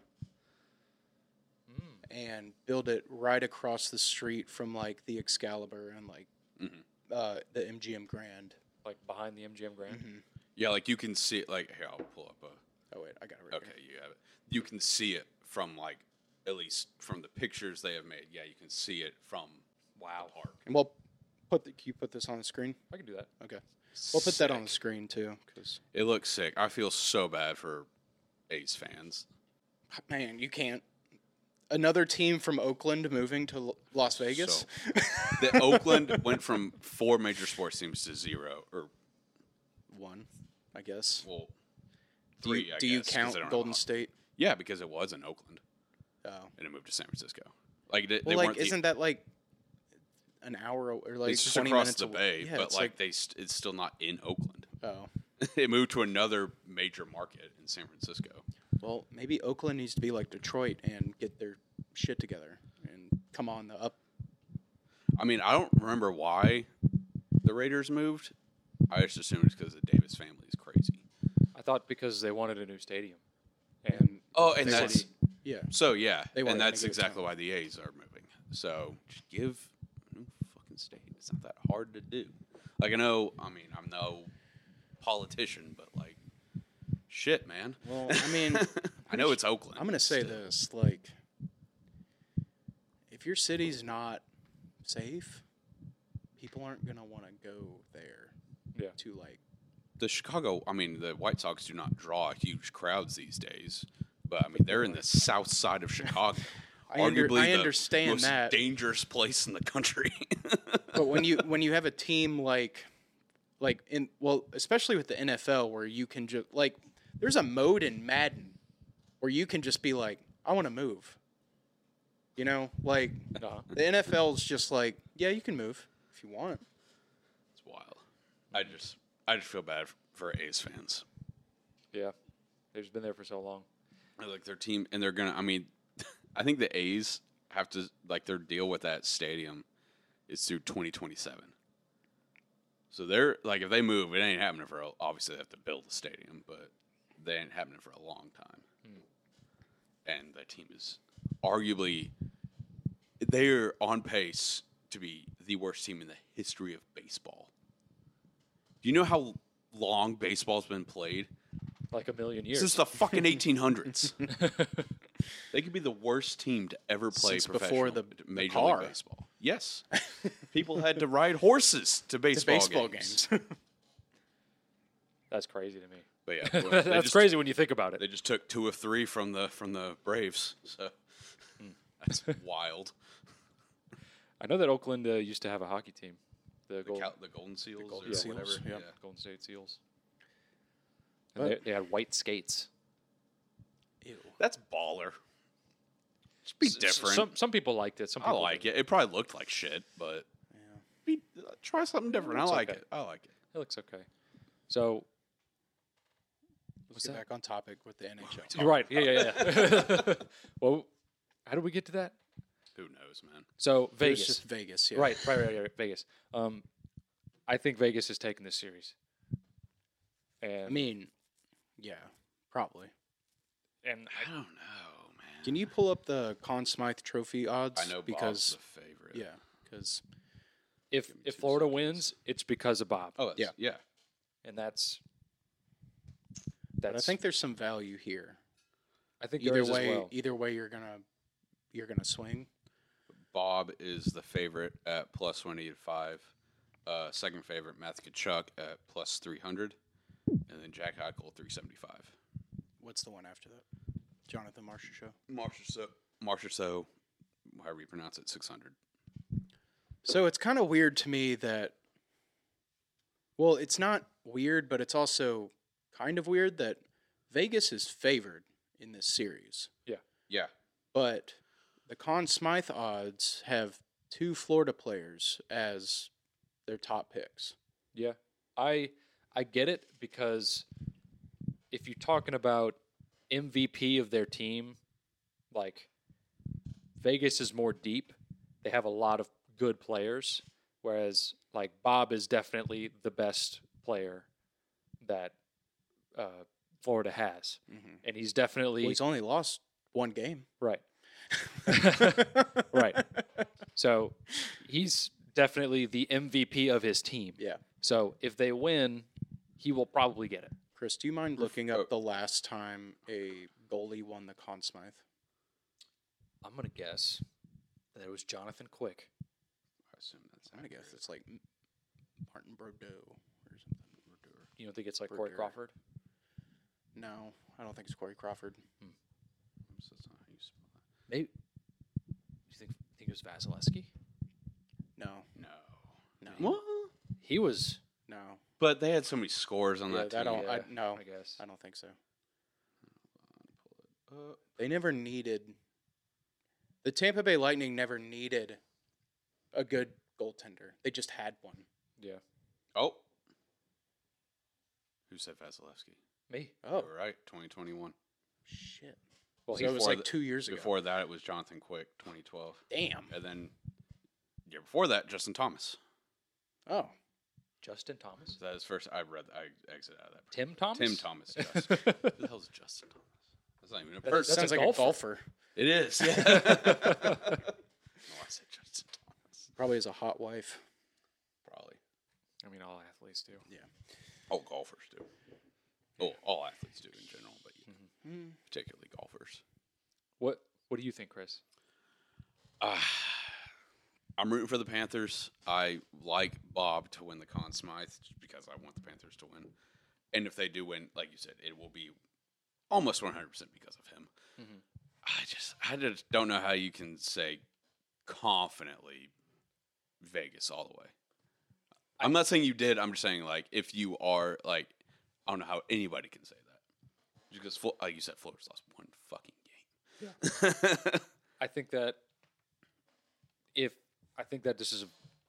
[SPEAKER 1] Mm.
[SPEAKER 3] and build it right across the street from like the Excalibur and like
[SPEAKER 2] Mhm.
[SPEAKER 3] uh, the MGM Grand.
[SPEAKER 1] like behind the MGM Grand.
[SPEAKER 3] Mhm.
[SPEAKER 2] Yeah, like you can see it. Like here, I'll pull up a.
[SPEAKER 3] Oh wait, I got it right
[SPEAKER 2] Okay, you have it. You can see it from like at least from the pictures they have made. Yeah, you can see it from wow park.
[SPEAKER 3] And we'll put the, can you put this on the screen?
[SPEAKER 1] I can do that.
[SPEAKER 3] Okay, we'll put that on the
[SPEAKER 2] Sick.
[SPEAKER 3] screen too, because
[SPEAKER 2] It looks sick. I feel so bad for A's fans.
[SPEAKER 3] man, you can't. Another team from Oakland moving to L- Las Vegas.
[SPEAKER 2] The Oakland went from four major sports teams to zero, or
[SPEAKER 3] One, I guess.
[SPEAKER 2] well,
[SPEAKER 3] Do you,
[SPEAKER 2] three. I
[SPEAKER 3] do you
[SPEAKER 2] guess, 'cause they
[SPEAKER 3] count
[SPEAKER 2] don't have
[SPEAKER 3] Golden
[SPEAKER 2] a-
[SPEAKER 3] State?
[SPEAKER 2] Yeah, because it was in Oakland
[SPEAKER 3] Oh,
[SPEAKER 2] and it moved to San Francisco. Like they,
[SPEAKER 3] well,
[SPEAKER 2] they
[SPEAKER 3] like
[SPEAKER 2] weren't the-
[SPEAKER 3] isn't that like an hour aw- or like
[SPEAKER 2] it's just
[SPEAKER 3] 20
[SPEAKER 2] across
[SPEAKER 3] minutes
[SPEAKER 2] the
[SPEAKER 3] away?
[SPEAKER 2] bay,
[SPEAKER 3] Yeah,
[SPEAKER 2] but
[SPEAKER 3] it's
[SPEAKER 2] like, they st- it's still not in Oakland.
[SPEAKER 3] oh.
[SPEAKER 2] it moved to another major market in San Francisco.
[SPEAKER 3] Well, maybe Oakland needs to be like Detroit and get their shit together and come on the up.
[SPEAKER 2] I mean, I don't remember why the Raiders moved. I just assumed it's because the Davis family is crazy.
[SPEAKER 1] I thought because they wanted a new stadium, and
[SPEAKER 3] And
[SPEAKER 2] Oh,
[SPEAKER 3] They
[SPEAKER 2] and
[SPEAKER 3] wanted-
[SPEAKER 2] that's
[SPEAKER 3] yeah,
[SPEAKER 2] so yeah,
[SPEAKER 3] They wanted
[SPEAKER 2] and
[SPEAKER 3] to
[SPEAKER 2] that's
[SPEAKER 3] give it
[SPEAKER 2] exactly
[SPEAKER 3] time.
[SPEAKER 2] why the A's are moving. So just give a new fucking state. It's not that hard to do. Like I know, I mean, I'm no politician, but like, shit, man.
[SPEAKER 3] Well, I mean,
[SPEAKER 2] I know it's Oakland.
[SPEAKER 3] I'm gonna
[SPEAKER 2] but
[SPEAKER 3] say
[SPEAKER 2] still.
[SPEAKER 3] this: like, if your city's not safe, people aren't gonna want to go there.
[SPEAKER 1] Yeah.
[SPEAKER 3] To like,
[SPEAKER 2] the Chicago, I mean, the White Sox do not draw huge crowds these days, but I mean, they're in the south side of Chicago.
[SPEAKER 3] I, under,
[SPEAKER 2] Arguably
[SPEAKER 3] I
[SPEAKER 2] the
[SPEAKER 3] understand
[SPEAKER 2] most
[SPEAKER 3] that,
[SPEAKER 2] dangerous place in the country.
[SPEAKER 3] but when you when you have a team like, like in well, especially with the NFL, where you can just like, there's a mode in Madden where you can just be like, I want to move. You know, like
[SPEAKER 1] uh
[SPEAKER 3] the NFL's just like, yeah, you can move if you want.
[SPEAKER 2] it's wild. I just, I just feel bad f- for A's fans.
[SPEAKER 1] yeah, they've just been there for so long.
[SPEAKER 2] I Like their team, and they're gonna. I mean, I think the A's have to like their deal with that stadium is through 2027. So they're like, if they move, it ain't happening for. A, obviously, they have to build the stadium, but they ain't happening for a long time. And that team is arguably they're on pace to be the worst team in the history of baseball. Do you know how long baseball's been played?
[SPEAKER 1] Like a million years.
[SPEAKER 2] Since the fucking 1800s. they could be the worst team to ever play
[SPEAKER 3] Since
[SPEAKER 2] professional
[SPEAKER 3] before the- the
[SPEAKER 2] major
[SPEAKER 3] car.
[SPEAKER 2] league baseball. Yes, people had to ride horses to baseball,
[SPEAKER 3] baseball
[SPEAKER 2] games.
[SPEAKER 1] That's crazy to me.
[SPEAKER 2] But yeah, well, they
[SPEAKER 1] That's
[SPEAKER 2] just,
[SPEAKER 1] crazy when you think about
[SPEAKER 2] They
[SPEAKER 1] it.
[SPEAKER 2] just took two of three from the from the Braves. So
[SPEAKER 3] Hmm.
[SPEAKER 2] that's wild.
[SPEAKER 1] I know that Oakland uh, used to have a hockey team, the,
[SPEAKER 2] The,
[SPEAKER 1] Gold,
[SPEAKER 2] Cal- the Golden Seals
[SPEAKER 3] Golden
[SPEAKER 2] or
[SPEAKER 3] Seals,
[SPEAKER 2] whatever.
[SPEAKER 3] yeah.
[SPEAKER 1] Golden State Seals. And they,
[SPEAKER 3] But-
[SPEAKER 1] they had white skates.
[SPEAKER 3] Ew.
[SPEAKER 2] That's baller. Just be
[SPEAKER 1] S- s-
[SPEAKER 2] different.
[SPEAKER 1] Some some people liked it. Some
[SPEAKER 2] I
[SPEAKER 1] people
[SPEAKER 2] like
[SPEAKER 1] didn't.
[SPEAKER 2] it. It probably looked like shit, but
[SPEAKER 3] Yeah.
[SPEAKER 2] be, uh, try something different. I
[SPEAKER 1] It's
[SPEAKER 2] like
[SPEAKER 1] okay.
[SPEAKER 2] it. I like it.
[SPEAKER 1] It looks okay. So
[SPEAKER 3] Let's get back on topic with the NHL.
[SPEAKER 1] you're right. Yeah, yeah, yeah. well, how did we get to that?
[SPEAKER 2] Who knows, man?
[SPEAKER 1] So
[SPEAKER 3] It was
[SPEAKER 1] Vegas.
[SPEAKER 3] just Vegas, yeah.
[SPEAKER 1] Right, right, right, right. Vegas. Um, I think Vegas has taken this series, and
[SPEAKER 3] I mean, yeah, probably.
[SPEAKER 1] and
[SPEAKER 2] I don't know, man.
[SPEAKER 3] Can you pull up the Conn Smythe Trophy odds?
[SPEAKER 2] I know
[SPEAKER 3] because
[SPEAKER 2] Bob's the favorite.
[SPEAKER 3] yeah, because
[SPEAKER 1] if
[SPEAKER 2] me
[SPEAKER 1] if
[SPEAKER 2] two
[SPEAKER 1] Florida
[SPEAKER 2] seconds.
[SPEAKER 1] wins, it's because of Bob,
[SPEAKER 2] Oh, that's, yeah.
[SPEAKER 1] and that's
[SPEAKER 3] but I
[SPEAKER 1] that's.
[SPEAKER 3] think there's some value here.
[SPEAKER 1] I think there
[SPEAKER 3] Either
[SPEAKER 1] is
[SPEAKER 3] way,
[SPEAKER 1] as well.
[SPEAKER 3] either way, you're gonna you're gonna swing.
[SPEAKER 2] Bob is the favorite at plus 185. Uh, second favorite, Math Kachuk at plus 300. And then Jack Eichel, 375.
[SPEAKER 3] What's the one after that? Jonathan Marshall show.
[SPEAKER 2] Marsh or so. Marsh or so, however you pronounce it, 600.
[SPEAKER 3] So it's kind of weird to me that, well, it's not weird, but it's also kind of weird that Vegas is favored in this series.
[SPEAKER 2] Yeah.
[SPEAKER 3] But the Conn Smythe odds have two Florida players as their top picks.
[SPEAKER 1] Yeah, I I get it because if you're talking about MVP of their team, like Vegas is more deep. They have a lot of good players, whereas like Bob is definitely the best player that uh, Florida has,
[SPEAKER 3] Mhm.
[SPEAKER 1] and he's definitely
[SPEAKER 3] Well, he's only lost one game.
[SPEAKER 1] right. right. So he's definitely the MVP of his team.
[SPEAKER 3] Yeah.
[SPEAKER 1] So if they win, he will probably get it.
[SPEAKER 3] Chris, do you mind
[SPEAKER 2] Ref-
[SPEAKER 3] looking
[SPEAKER 1] uh,
[SPEAKER 2] oh.
[SPEAKER 3] up the last time a goalie won the Conn Smythe?
[SPEAKER 1] I'm gonna guess that it was Jonathan Quick.
[SPEAKER 2] I assume that's.
[SPEAKER 3] I'm gonna guess
[SPEAKER 2] accurate.
[SPEAKER 3] it's like M- Martin Bordeaux or something.
[SPEAKER 1] You don't think it's like
[SPEAKER 2] For
[SPEAKER 1] Corey
[SPEAKER 2] Derek.
[SPEAKER 1] Crawford?
[SPEAKER 3] No, I don't think it's Corey Crawford.
[SPEAKER 2] So that's not how you spell
[SPEAKER 1] Maybe. You think think it was Vasilevsky?
[SPEAKER 3] No,
[SPEAKER 2] that. No.
[SPEAKER 3] no,
[SPEAKER 2] Well,
[SPEAKER 1] He was.
[SPEAKER 3] no.
[SPEAKER 2] but they had so many scores on
[SPEAKER 3] Yeah,
[SPEAKER 2] that.
[SPEAKER 3] I
[SPEAKER 2] team.
[SPEAKER 3] don't. I,
[SPEAKER 1] yeah.
[SPEAKER 3] no,
[SPEAKER 1] Oh. I guess.
[SPEAKER 3] I don't think so.
[SPEAKER 2] Uh,
[SPEAKER 3] They never needed. The Tampa Bay Lightning never needed a good goaltender. They just had one.
[SPEAKER 1] Yeah.
[SPEAKER 2] oh. Who said Vasilevsky?
[SPEAKER 1] Me.
[SPEAKER 2] Oh,
[SPEAKER 3] Oh
[SPEAKER 2] right. 2021.
[SPEAKER 3] shit!
[SPEAKER 1] Well,
[SPEAKER 3] so it
[SPEAKER 1] he,
[SPEAKER 3] was
[SPEAKER 2] before
[SPEAKER 3] like
[SPEAKER 2] the-
[SPEAKER 3] two years ago.
[SPEAKER 2] Before that, it was Jonathan Quick, 2012.
[SPEAKER 3] Damn.
[SPEAKER 2] And then, yeah, before that, Justin Thomas.
[SPEAKER 3] Oh,
[SPEAKER 1] Justin Thomas.
[SPEAKER 2] Is that his first? I read. I exited out of that.
[SPEAKER 1] Tim Thomas.
[SPEAKER 2] Tim Thomas. Justin. Who the hell's Justin Thomas? That's not even a
[SPEAKER 1] That is-
[SPEAKER 2] person.
[SPEAKER 1] that's
[SPEAKER 3] sounds
[SPEAKER 1] a
[SPEAKER 3] like
[SPEAKER 1] golfer.
[SPEAKER 3] a golfer.
[SPEAKER 2] It is. Yeah. oh, I said Justin Thomas.
[SPEAKER 3] Probably has a hot wife.
[SPEAKER 2] Probably.
[SPEAKER 1] I mean, all athletes do.
[SPEAKER 2] Oh, golfers do. Oh, all athletes do in general, but yeah,
[SPEAKER 3] Hmm.
[SPEAKER 2] particularly golfers.
[SPEAKER 1] What What do you think, Chris?
[SPEAKER 2] Ah, I'm rooting for the Panthers. I like Bob to win the Conn Smythe just because I want the Panthers to win. And if they do win, like you said, it will be almost 100% because of him.
[SPEAKER 1] Mhm.
[SPEAKER 2] I just I just don't know how you can say confidently Vegas all the way. I'm not saying you did. I'm just saying like if you are like I don't know how anybody can say that. Just because Flo- like you said, Florida's lost one fucking game.
[SPEAKER 1] I think that if I think that this is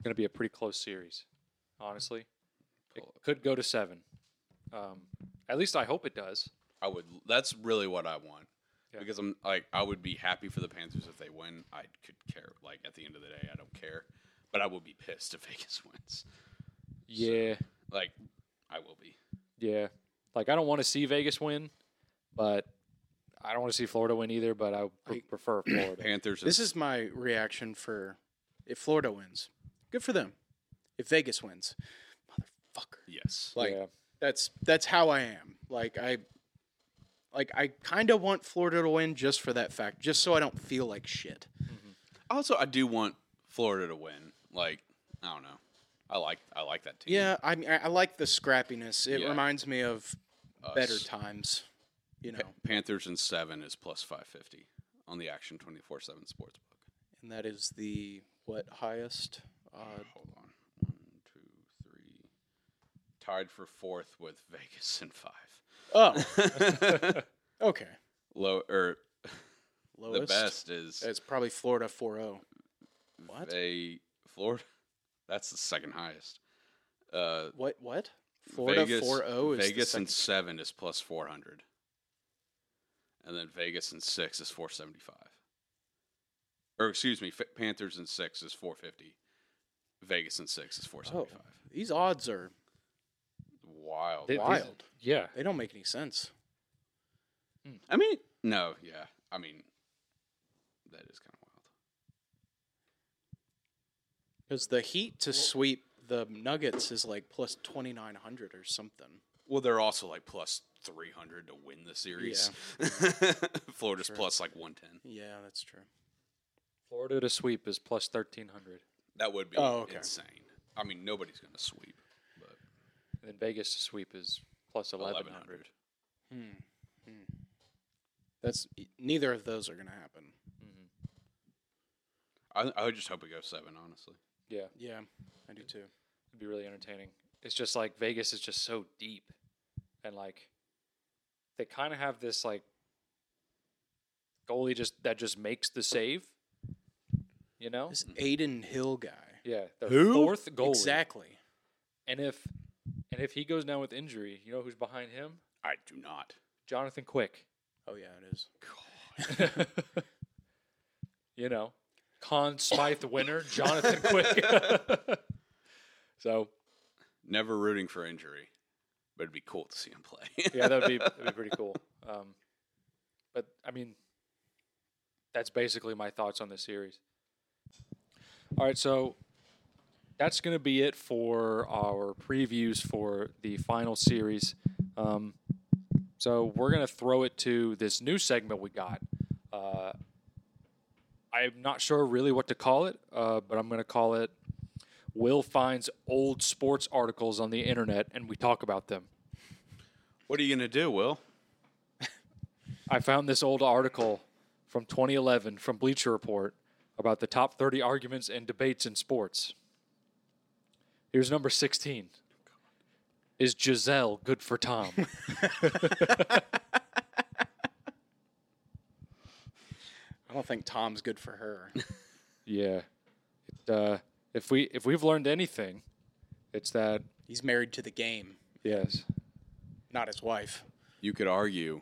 [SPEAKER 1] going to be a pretty close series, honestly, it
[SPEAKER 2] Pull up.
[SPEAKER 1] could go to seven. Um, at least I hope it does.
[SPEAKER 2] I would. That's really what I want.
[SPEAKER 1] Yeah.
[SPEAKER 2] Because I'm like, I would be happy for the Panthers if they win. I could care. Like at the end of the day, I don't care. But I will be pissed if Vegas wins.
[SPEAKER 1] Yeah,
[SPEAKER 2] Like, I will be.
[SPEAKER 1] yeah. Like I don't want to see Vegas win, but I don't want to see Florida win either. But I pr-
[SPEAKER 3] Like-
[SPEAKER 1] prefer Florida.
[SPEAKER 2] Panthers.
[SPEAKER 3] This is my reaction for if Florida wins, good for them. If Vegas wins, motherfucker.
[SPEAKER 2] yes.
[SPEAKER 3] Like
[SPEAKER 1] yeah,
[SPEAKER 3] that's that's how I am. Like I like I kind of want Florida to win just for that fact, just so I don't feel like shit.
[SPEAKER 2] Also, I do want Florida to win. Like, I don't know. I like. I like that team.
[SPEAKER 3] Yeah, I mean, I, I like the scrappiness. It
[SPEAKER 2] Yeah.
[SPEAKER 3] reminds me of
[SPEAKER 2] Us.
[SPEAKER 3] better times, you know.
[SPEAKER 2] Panthers and seven is plus five fifty on the Action twenty four seven sports book.
[SPEAKER 3] And that is the what highest odd
[SPEAKER 2] Hold on. One, two, three. Tied for fourth with Vegas and
[SPEAKER 3] Oh,
[SPEAKER 2] five.
[SPEAKER 3] okay.
[SPEAKER 2] Low or
[SPEAKER 3] Lowest.
[SPEAKER 2] er, the best is
[SPEAKER 3] It's probably Florida oh. 4-0. What?
[SPEAKER 2] a Florida. That's the second highest. Uh,
[SPEAKER 3] What what? Florida
[SPEAKER 2] Vegas,
[SPEAKER 3] 4-0 is the
[SPEAKER 2] Vegas
[SPEAKER 3] second-
[SPEAKER 2] and seven is plus four hundred, and then Vegas and six is four seventy five. Or excuse me, F- Panthers and six is four fifty. Vegas and six is four
[SPEAKER 3] Oh,
[SPEAKER 2] seventy five.
[SPEAKER 3] these odds are
[SPEAKER 2] Wild.
[SPEAKER 1] They-
[SPEAKER 2] Wild.
[SPEAKER 3] wild.
[SPEAKER 1] yeah.
[SPEAKER 3] They don't make any sense.
[SPEAKER 2] I mean, no, yeah. I mean, that is kind of wild.
[SPEAKER 3] Because the Heat to sweep the Nuggets is like plus twenty nine hundred or something.
[SPEAKER 2] Well, they're also like plus 300 to win the series. Florida's
[SPEAKER 3] Sure.
[SPEAKER 2] plus like 110.
[SPEAKER 3] Yeah, that's true.
[SPEAKER 1] Florida to sweep is plus thirteen hundred,
[SPEAKER 2] That would be
[SPEAKER 3] Oh, okay.
[SPEAKER 2] insane. I mean, nobody's going to sweep. But
[SPEAKER 1] and then Vegas to sweep is plus eleven hundred.
[SPEAKER 2] 1100.
[SPEAKER 3] Hmm. Hmm. That's e, neither of those are gonna happen.
[SPEAKER 2] I, I would just hope it goes seven, honestly.
[SPEAKER 1] Yeah,
[SPEAKER 3] Yeah, I do too.
[SPEAKER 1] it'd be really entertaining. It's just like Vegas is just so deep, and like they kind of have this like goalie just that just makes the save. You know?
[SPEAKER 2] Hmm.
[SPEAKER 3] This Aiden Hill guy.
[SPEAKER 1] Yeah, their
[SPEAKER 2] Who?
[SPEAKER 1] fourth goalie.
[SPEAKER 3] Exactly.
[SPEAKER 1] And if and if he goes down with injury, you know who's behind him?
[SPEAKER 2] I do not.
[SPEAKER 1] Jonathan Quick.
[SPEAKER 3] Oh yeah, it is.
[SPEAKER 1] you know, Conn Smythe winner, Jonathan Quick. so
[SPEAKER 2] Never rooting for injury, but it'd be cool to see him play.
[SPEAKER 1] yeah, that'd be that'd be pretty cool. Um, but I mean, that's basically my thoughts on this series. All right, so that's going to be it for our previews for the final series. Um, so we're going to throw it to this new segment we got. Uh, I'm not sure really what to call it, uh, but I'm going to call it Will finds old sports articles on the internet and we talk about them.
[SPEAKER 2] What are you gonna do, Will?
[SPEAKER 1] I found this old article from 2011 from Bleacher Report about the top 30 arguments and debates in sports. Here's number 16. Is Giselle good for Tom?
[SPEAKER 3] I don't think Tom's good for her.
[SPEAKER 1] yeah. It, uh, if we if we've learned anything, it's that
[SPEAKER 3] He's married to the game,
[SPEAKER 1] yes.
[SPEAKER 3] not his wife.
[SPEAKER 2] You could argue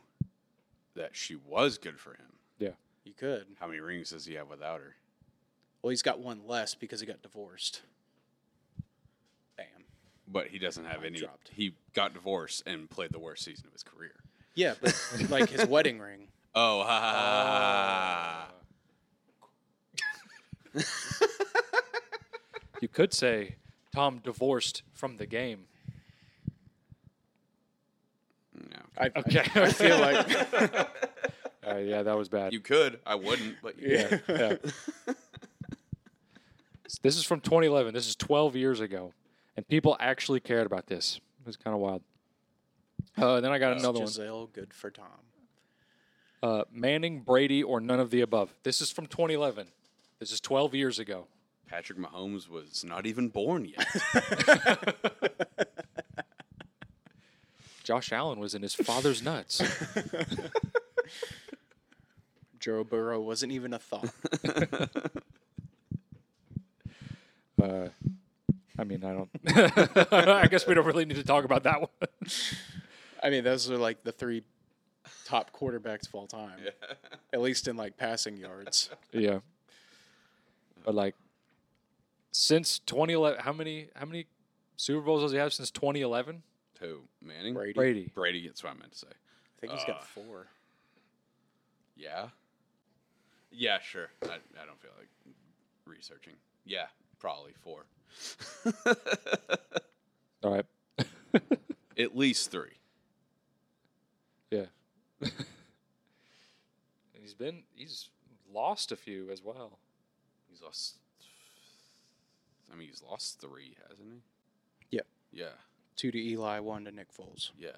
[SPEAKER 2] that she was good for him.
[SPEAKER 1] Yeah.
[SPEAKER 3] You could.
[SPEAKER 2] How many rings does he have without her?
[SPEAKER 3] Well, he's got one less because he got divorced. Bam.
[SPEAKER 2] But he doesn't have any.
[SPEAKER 3] dropped.
[SPEAKER 2] He got divorced and played the worst season of his career.
[SPEAKER 3] Yeah, but like his wedding ring.
[SPEAKER 2] Oh, ha, ha, ha, ha, ha.
[SPEAKER 1] You could say Tom divorced from the game.
[SPEAKER 2] No.
[SPEAKER 3] I,
[SPEAKER 1] Okay.
[SPEAKER 3] I, I feel like
[SPEAKER 1] Uh, yeah, that was bad.
[SPEAKER 2] You could. I wouldn't, but you
[SPEAKER 1] Yeah, yeah. this is from 2011. This is 12 years ago, and people actually cared about this. It was kind of wild. Uh, then I got another one:
[SPEAKER 3] Giselle good for Tom.
[SPEAKER 1] uh, Manning, Brady, or none of the above. This is from 2011. This is 12 years ago.
[SPEAKER 2] Patrick Mahomes was not even born yet.
[SPEAKER 1] Josh Allen was in his father's nuts.
[SPEAKER 3] Joe Burrow wasn't even a thought.
[SPEAKER 1] Uh, I mean, I don't. I guess we don't really need to talk about that one.
[SPEAKER 3] I mean, those are like the three top quarterbacks of all time, at least in like passing yards.
[SPEAKER 1] yeah, but like since 2011, how many how many Super Bowls does he have since 2011?
[SPEAKER 2] Who? Manning?
[SPEAKER 3] Brady.
[SPEAKER 1] Brady. Ah.
[SPEAKER 2] Brady, that's what I meant to say.
[SPEAKER 3] I think he's got four.
[SPEAKER 2] Yeah. Yeah, sure. I, I don't feel like researching. Yeah, probably four.
[SPEAKER 1] All right.
[SPEAKER 2] At least three.
[SPEAKER 1] Yeah. he's been he's lost a few as well.
[SPEAKER 2] He's lost. I mean, he's lost three, hasn't he?
[SPEAKER 3] Yeah.
[SPEAKER 2] Yeah.
[SPEAKER 3] Two to Eli, one to Nick Foles.
[SPEAKER 2] Yeah.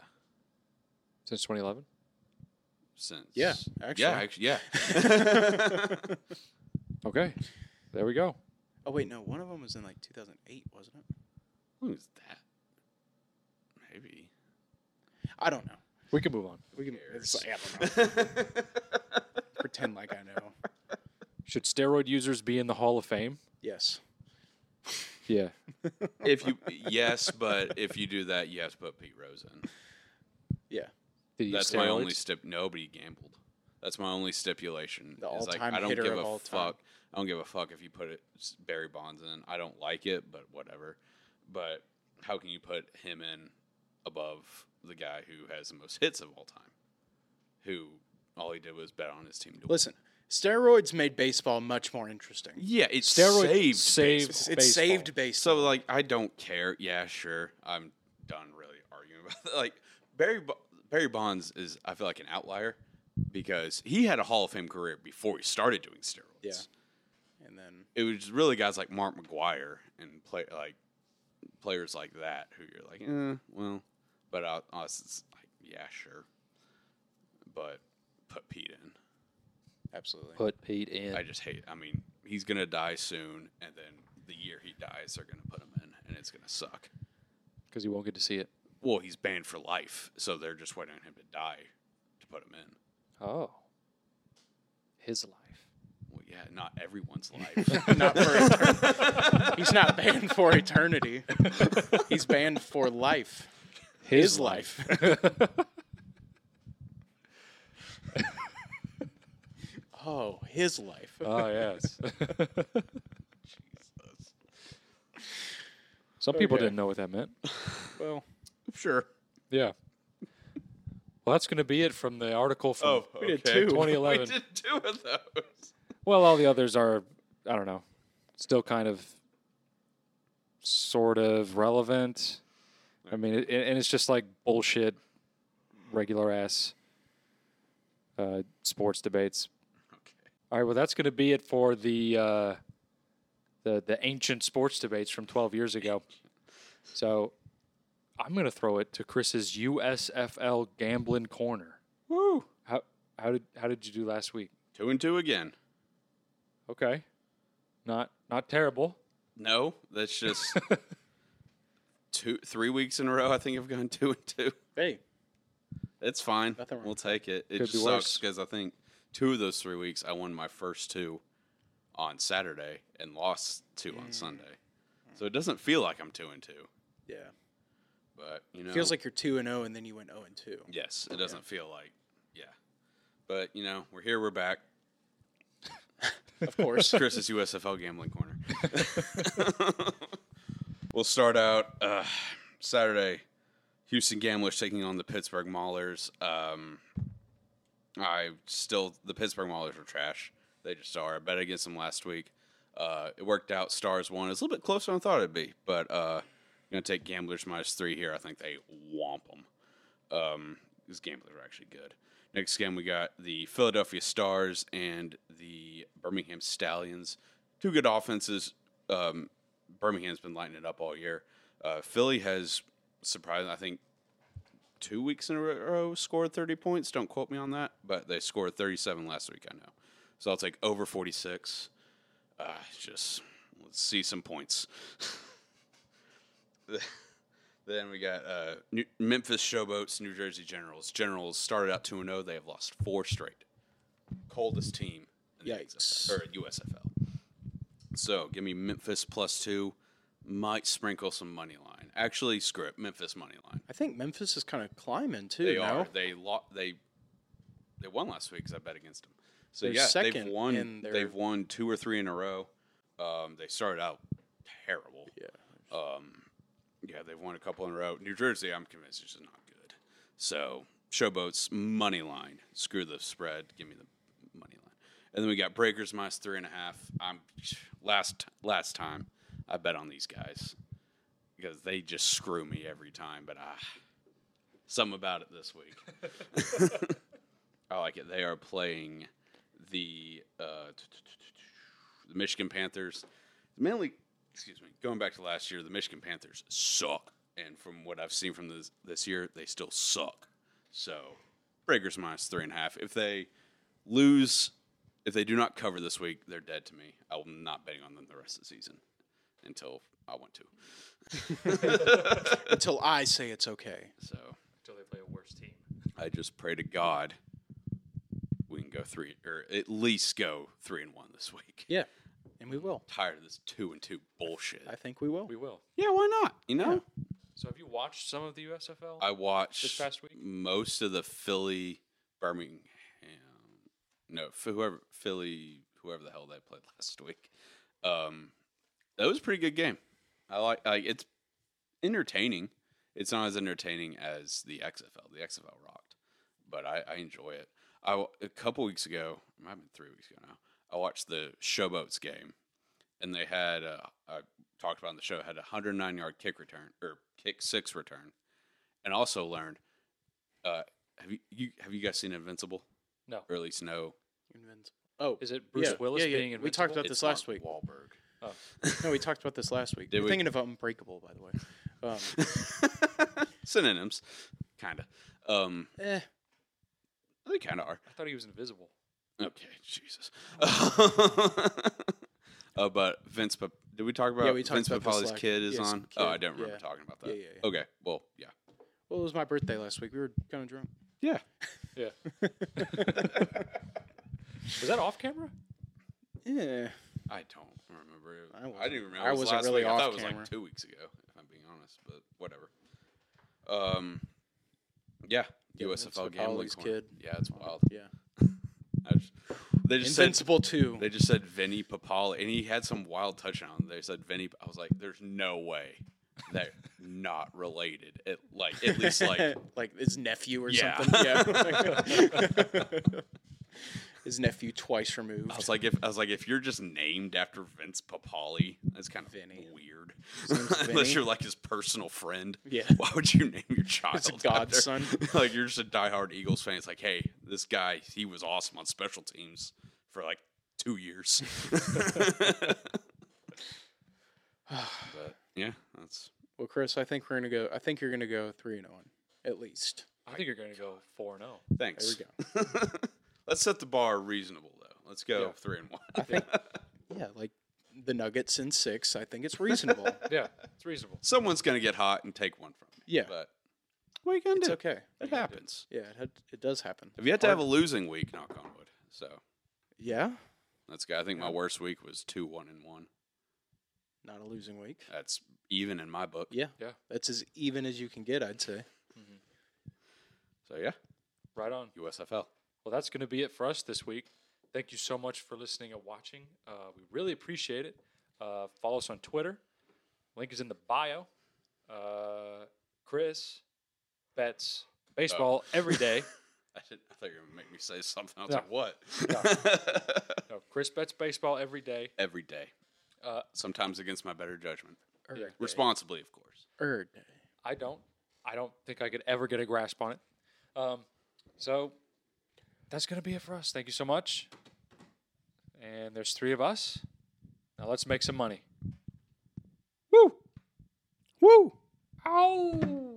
[SPEAKER 1] Since 2011?
[SPEAKER 2] Since.
[SPEAKER 3] Yeah,
[SPEAKER 2] Yeah,
[SPEAKER 3] actually.
[SPEAKER 2] actually, yeah.
[SPEAKER 1] Okay. There we go.
[SPEAKER 3] Oh wait, no, one of them was in like 2008, wasn't it?
[SPEAKER 2] Who's that? Maybe.
[SPEAKER 3] I don't know.
[SPEAKER 1] We can move on.
[SPEAKER 3] We can it's
[SPEAKER 2] cares?
[SPEAKER 3] like, I don't know. pretend like I know.
[SPEAKER 1] Should steroid users be in the Hall of Fame?
[SPEAKER 3] Yes.
[SPEAKER 1] Yeah.
[SPEAKER 2] If you yes, but if you do that, you have to put Pete Rose in.
[SPEAKER 3] Yeah.
[SPEAKER 1] Did he use
[SPEAKER 2] That's my only
[SPEAKER 1] steroids?
[SPEAKER 2] stip. Nobody gambled. That's my only stipulation.
[SPEAKER 3] The
[SPEAKER 2] is, like,
[SPEAKER 3] all-time
[SPEAKER 2] I don't
[SPEAKER 3] hitter
[SPEAKER 2] give
[SPEAKER 3] of
[SPEAKER 2] a
[SPEAKER 3] all time.
[SPEAKER 2] fuck. I don't give a fuck if you put it, s- Barry Bonds in. I don't like it, but whatever. But how can you put him in above the guy who has the most hits of all time? Who all he did was bet on his team to win.
[SPEAKER 3] Listen, steroids made baseball much more interesting.
[SPEAKER 2] Yeah, it
[SPEAKER 1] Steroids
[SPEAKER 2] saved
[SPEAKER 1] saved-
[SPEAKER 2] baseball.
[SPEAKER 3] It's,
[SPEAKER 1] Baseball.
[SPEAKER 3] it's saved baseball.
[SPEAKER 2] So like, I don't care. Yeah, sure. I'm done really arguing about that. Like Barry Bo- Barry Bonds is, I feel like an outlier because he had a Hall of Fame career before he started doing steroids.
[SPEAKER 3] Yeah. and then
[SPEAKER 2] it was really guys like Mark McGuire and play like players like that who you're like, eh, well, but uh, us, it's like, yeah, sure, but put Pete in.
[SPEAKER 3] absolutely.
[SPEAKER 1] Put Pete in.
[SPEAKER 2] I just hate. I mean, he's gonna die soon, and then the year he dies, they're going to put him in, and it's going to suck.
[SPEAKER 1] because you won't get to see it.
[SPEAKER 2] Well, he's banned for life, so they're just waiting on him to die to put him in.
[SPEAKER 1] Oh, his life.
[SPEAKER 2] Well, yeah, not everyone's life.
[SPEAKER 3] Not for eternity. He's not banned for eternity. He's banned for life. His, life. oh, his life.
[SPEAKER 1] Oh yes. Some people
[SPEAKER 3] Okay.
[SPEAKER 1] didn't know what that meant.
[SPEAKER 3] well,
[SPEAKER 2] sure.
[SPEAKER 1] Yeah. Well, that's going to be it from the article from
[SPEAKER 2] Oh,
[SPEAKER 3] We did
[SPEAKER 2] okay.
[SPEAKER 3] two.
[SPEAKER 1] 2011.
[SPEAKER 2] We did two of those.
[SPEAKER 1] Well, all the others are, I don't know, still kind of, sort of relevant. I mean, it, and it's just like bullshit, regular ass uh, sports debates.
[SPEAKER 2] Okay.
[SPEAKER 1] All right, well, that's going to be it for the uh, the the ancient sports debates from 12 years ago. So, I'm going to throw it to Chris's USFL gambling corner.
[SPEAKER 2] Woo.
[SPEAKER 1] How how did how did you do last week?
[SPEAKER 2] Two and two again.
[SPEAKER 1] Okay, not not terrible.
[SPEAKER 2] No, that's just two, three weeks in a row. I think I've gone two and two.
[SPEAKER 3] hey,
[SPEAKER 2] It's fine.
[SPEAKER 3] Nothing wrong
[SPEAKER 2] We'll take it.
[SPEAKER 1] Could
[SPEAKER 2] It
[SPEAKER 1] be
[SPEAKER 2] just sucks
[SPEAKER 1] worse.
[SPEAKER 2] because I think two of those three weeks I won my first two on Saturday and lost two
[SPEAKER 3] Mm.
[SPEAKER 2] on Sunday. So it doesn't feel like I'm two and two,
[SPEAKER 3] yeah.
[SPEAKER 2] but you know,
[SPEAKER 3] Feels like you're 2 and 0 and then you went 0 and 2.
[SPEAKER 2] yes, it doesn't feel like yeah. But you know, we're here, we're back.
[SPEAKER 3] Of course.
[SPEAKER 2] Chris's USFL gambling corner. we'll start out uh, Saturday. Houston Gamblers taking on the Pittsburgh Maulers. Um, I still the Pittsburgh Maulers are trash. They just are. I bet against them last week. Uh, it worked out. Stars won. It's a little bit closer than I thought it'd be, but uh, gonna take Gamblers minus three here. I think they womp them. Um, these gamblers are actually good. Next game, we got the Philadelphia Stars and the Birmingham Stallions. Two good offenses. Um, Birmingham's been lighting it up all year. Uh, Philly has surprised, I think, two weeks in a row scored 30 points. Don't quote me on that, but they scored 37 last week, I know. So I'll take over 46. Uh, just let's see some points. Then we got uh, New- Memphis Showboats, New Jersey Generals. Generals started out 2 0. They have lost four straight. Coldest team in the
[SPEAKER 3] Yikes.
[SPEAKER 2] XFL, or USFL. So give me Memphis plus two. Might sprinkle some money line. Actually, screw it. Memphis money line.
[SPEAKER 3] I think Memphis is kind of climbing too.
[SPEAKER 2] They
[SPEAKER 3] no?
[SPEAKER 2] are. They lo- They they won last week because I bet against them. So
[SPEAKER 3] They're
[SPEAKER 2] yeah, they've
[SPEAKER 3] second
[SPEAKER 2] won.
[SPEAKER 3] in their-
[SPEAKER 2] They've won two or three in a row. Um, they started out terrible.
[SPEAKER 3] Yeah.
[SPEAKER 2] Um, yeah, they've won a couple in a row. New Jersey, I'm convinced, is just not good. So Showboats money line. Screw the spread. Give me the money line. And then we got Breakers minus three and a half. I'm last last time I bet on these guys because they just screw me every time. But ah, some about it this week. I like it. They are playing the uh, the Michigan Panthers. Mainly, excuse me, going back to last year, the Michigan Panthers suck, and from what I've seen from this this year, they still suck. So, Breakers minus three and a half. If they lose, if they do not cover this week, they're dead to me. I will not betting on them the rest of the season until I want to.
[SPEAKER 3] Until I say it's okay.
[SPEAKER 2] So,
[SPEAKER 1] Until they play a worse team.
[SPEAKER 2] I just pray to God we can go three or at least go three and one this week.
[SPEAKER 3] Yeah. And we will.
[SPEAKER 2] Tired of this two and two bullshit.
[SPEAKER 3] I think we will.
[SPEAKER 1] We will.
[SPEAKER 2] yeah, why not? You know,
[SPEAKER 1] So have you watched some of the USFL?
[SPEAKER 2] I watched
[SPEAKER 1] This past week?
[SPEAKER 2] most of the Philly Birmingham. No, Ph- whoever Philly, whoever the hell they played last week. Um, that was a pretty good game. I like like it's entertaining. It's not as entertaining as the XFL. The XFL rocked, but I, I enjoy it. I w- a couple weeks ago, it might have been three weeks ago now. I watched the Showboats game, and they had uh, I talked about on the show had a 109 yard kick return or kick six return, and also learned. Uh, have you, you have you guys seen Invincible?
[SPEAKER 1] No.
[SPEAKER 2] or at least no.
[SPEAKER 3] Invincible. Oh,
[SPEAKER 1] Is it Bruce
[SPEAKER 3] yeah,
[SPEAKER 1] Willis
[SPEAKER 3] yeah, yeah.
[SPEAKER 1] being
[SPEAKER 3] We talked
[SPEAKER 1] invincible?
[SPEAKER 3] about this last
[SPEAKER 2] Mark
[SPEAKER 3] week.
[SPEAKER 2] Wahlberg.
[SPEAKER 3] No, we talked about this last week.
[SPEAKER 2] Did
[SPEAKER 3] You're
[SPEAKER 2] we?
[SPEAKER 3] thinking of Unbreakable, by the way. Um,
[SPEAKER 2] Synonyms, kind of. Um,
[SPEAKER 3] eh,
[SPEAKER 2] they kind of are.
[SPEAKER 1] I thought he was invisible.
[SPEAKER 2] Okay, Jesus. uh, but Vince Pap- Did we talk about
[SPEAKER 3] we talked
[SPEAKER 2] Vince
[SPEAKER 3] about this,
[SPEAKER 2] Papale's
[SPEAKER 3] like,
[SPEAKER 2] kid is
[SPEAKER 3] yeah,
[SPEAKER 2] on?
[SPEAKER 3] some
[SPEAKER 2] Oh,
[SPEAKER 3] kid.
[SPEAKER 2] I don't remember
[SPEAKER 3] Yeah.
[SPEAKER 2] talking about that.
[SPEAKER 3] Yeah, yeah, yeah.
[SPEAKER 2] Okay, well, yeah.
[SPEAKER 3] Well, it was my birthday last week. We were kind of drunk.
[SPEAKER 2] Yeah.
[SPEAKER 1] Yeah. Was that off camera?
[SPEAKER 3] Yeah.
[SPEAKER 2] I don't remember. it.
[SPEAKER 3] I
[SPEAKER 2] I,
[SPEAKER 3] wasn't-
[SPEAKER 2] didn't even remember.
[SPEAKER 3] I
[SPEAKER 2] it was
[SPEAKER 3] wasn't
[SPEAKER 2] last
[SPEAKER 3] really
[SPEAKER 2] week. I
[SPEAKER 3] off
[SPEAKER 2] thought it was
[SPEAKER 3] camera.
[SPEAKER 2] like two weeks ago, if I'm being honest, but whatever. Um, yeah,
[SPEAKER 3] Yeah,
[SPEAKER 2] USFL
[SPEAKER 3] Vince
[SPEAKER 2] gambling
[SPEAKER 3] Papale's
[SPEAKER 2] corner.
[SPEAKER 3] kid.
[SPEAKER 2] Yeah, it's wild.
[SPEAKER 3] Yeah.
[SPEAKER 2] I just- they just said
[SPEAKER 3] Invincible 2.
[SPEAKER 2] they just said Vinny Papale, and he had some wild touchdown. They said Vinny. I was like, there's no way they're not related. It, like at least like
[SPEAKER 3] like his nephew or
[SPEAKER 2] Yeah.
[SPEAKER 3] something. Yeah. his nephew twice removed.
[SPEAKER 2] I was like if I was like if you're just named after Vince Papale, that's kind of
[SPEAKER 3] Vinny.
[SPEAKER 2] weird.
[SPEAKER 3] name's
[SPEAKER 2] Unless
[SPEAKER 3] Vinny.
[SPEAKER 2] you're like his personal friend.
[SPEAKER 3] Yeah.
[SPEAKER 2] Why would you name your child?
[SPEAKER 3] It's a
[SPEAKER 2] after-
[SPEAKER 3] godson.
[SPEAKER 2] like you're just a diehard Eagles fan. It's like, hey, this guy, he was awesome on special teams for like two years. but yeah, that's
[SPEAKER 3] Well, Chris, I think we're gonna go. I think you're gonna go three and oh one at least.
[SPEAKER 1] I think you're going to go oh. 4 0.
[SPEAKER 3] There we
[SPEAKER 2] thanks.
[SPEAKER 3] go.
[SPEAKER 2] Let's set the bar reasonable though. Let's go
[SPEAKER 1] Yeah.
[SPEAKER 2] three and one.
[SPEAKER 3] Yeah, like the Nuggets in six. I think it's reasonable.
[SPEAKER 1] Yeah, it's reasonable.
[SPEAKER 2] Someone's gonna get hot and take one from me.
[SPEAKER 3] Yeah.
[SPEAKER 2] But what are you gonna
[SPEAKER 3] it's
[SPEAKER 2] do?
[SPEAKER 3] okay.
[SPEAKER 2] It happens.
[SPEAKER 3] Yeah, it, had, it does happen.
[SPEAKER 2] I've yet to have a losing week, knock on wood. So
[SPEAKER 3] Yeah,
[SPEAKER 2] that's good. I think my worst week was two one and one.
[SPEAKER 3] not a losing week.
[SPEAKER 2] That's even in my book.
[SPEAKER 3] Yeah,
[SPEAKER 1] Yeah.
[SPEAKER 3] That's as even as you can get, I'd say.
[SPEAKER 2] So yeah,
[SPEAKER 1] Right on.
[SPEAKER 2] USFL.
[SPEAKER 1] Well, that's going to be it for us this week. Thank you so much for listening and watching. Uh, we really appreciate it. Uh, follow us on Twitter. Link is in the bio. Uh, Chris bets baseball
[SPEAKER 3] Oh.
[SPEAKER 1] every day.
[SPEAKER 2] I, didn't, I thought you were gonna make me say something. I was
[SPEAKER 1] No.
[SPEAKER 2] like, what?
[SPEAKER 1] No, Chris bets baseball every day.
[SPEAKER 2] Every day,
[SPEAKER 1] Uh,
[SPEAKER 2] sometimes against my better judgment,
[SPEAKER 3] Erd
[SPEAKER 1] Yeah.
[SPEAKER 3] day.
[SPEAKER 2] responsibly, of course.
[SPEAKER 3] Erd day.
[SPEAKER 1] I don't. I don't think I could ever get a grasp on it. Um, so that's going to be it for us. Thank you so much. And there's three of us. Now let's make some money.
[SPEAKER 3] Woo, woo.
[SPEAKER 1] Oh.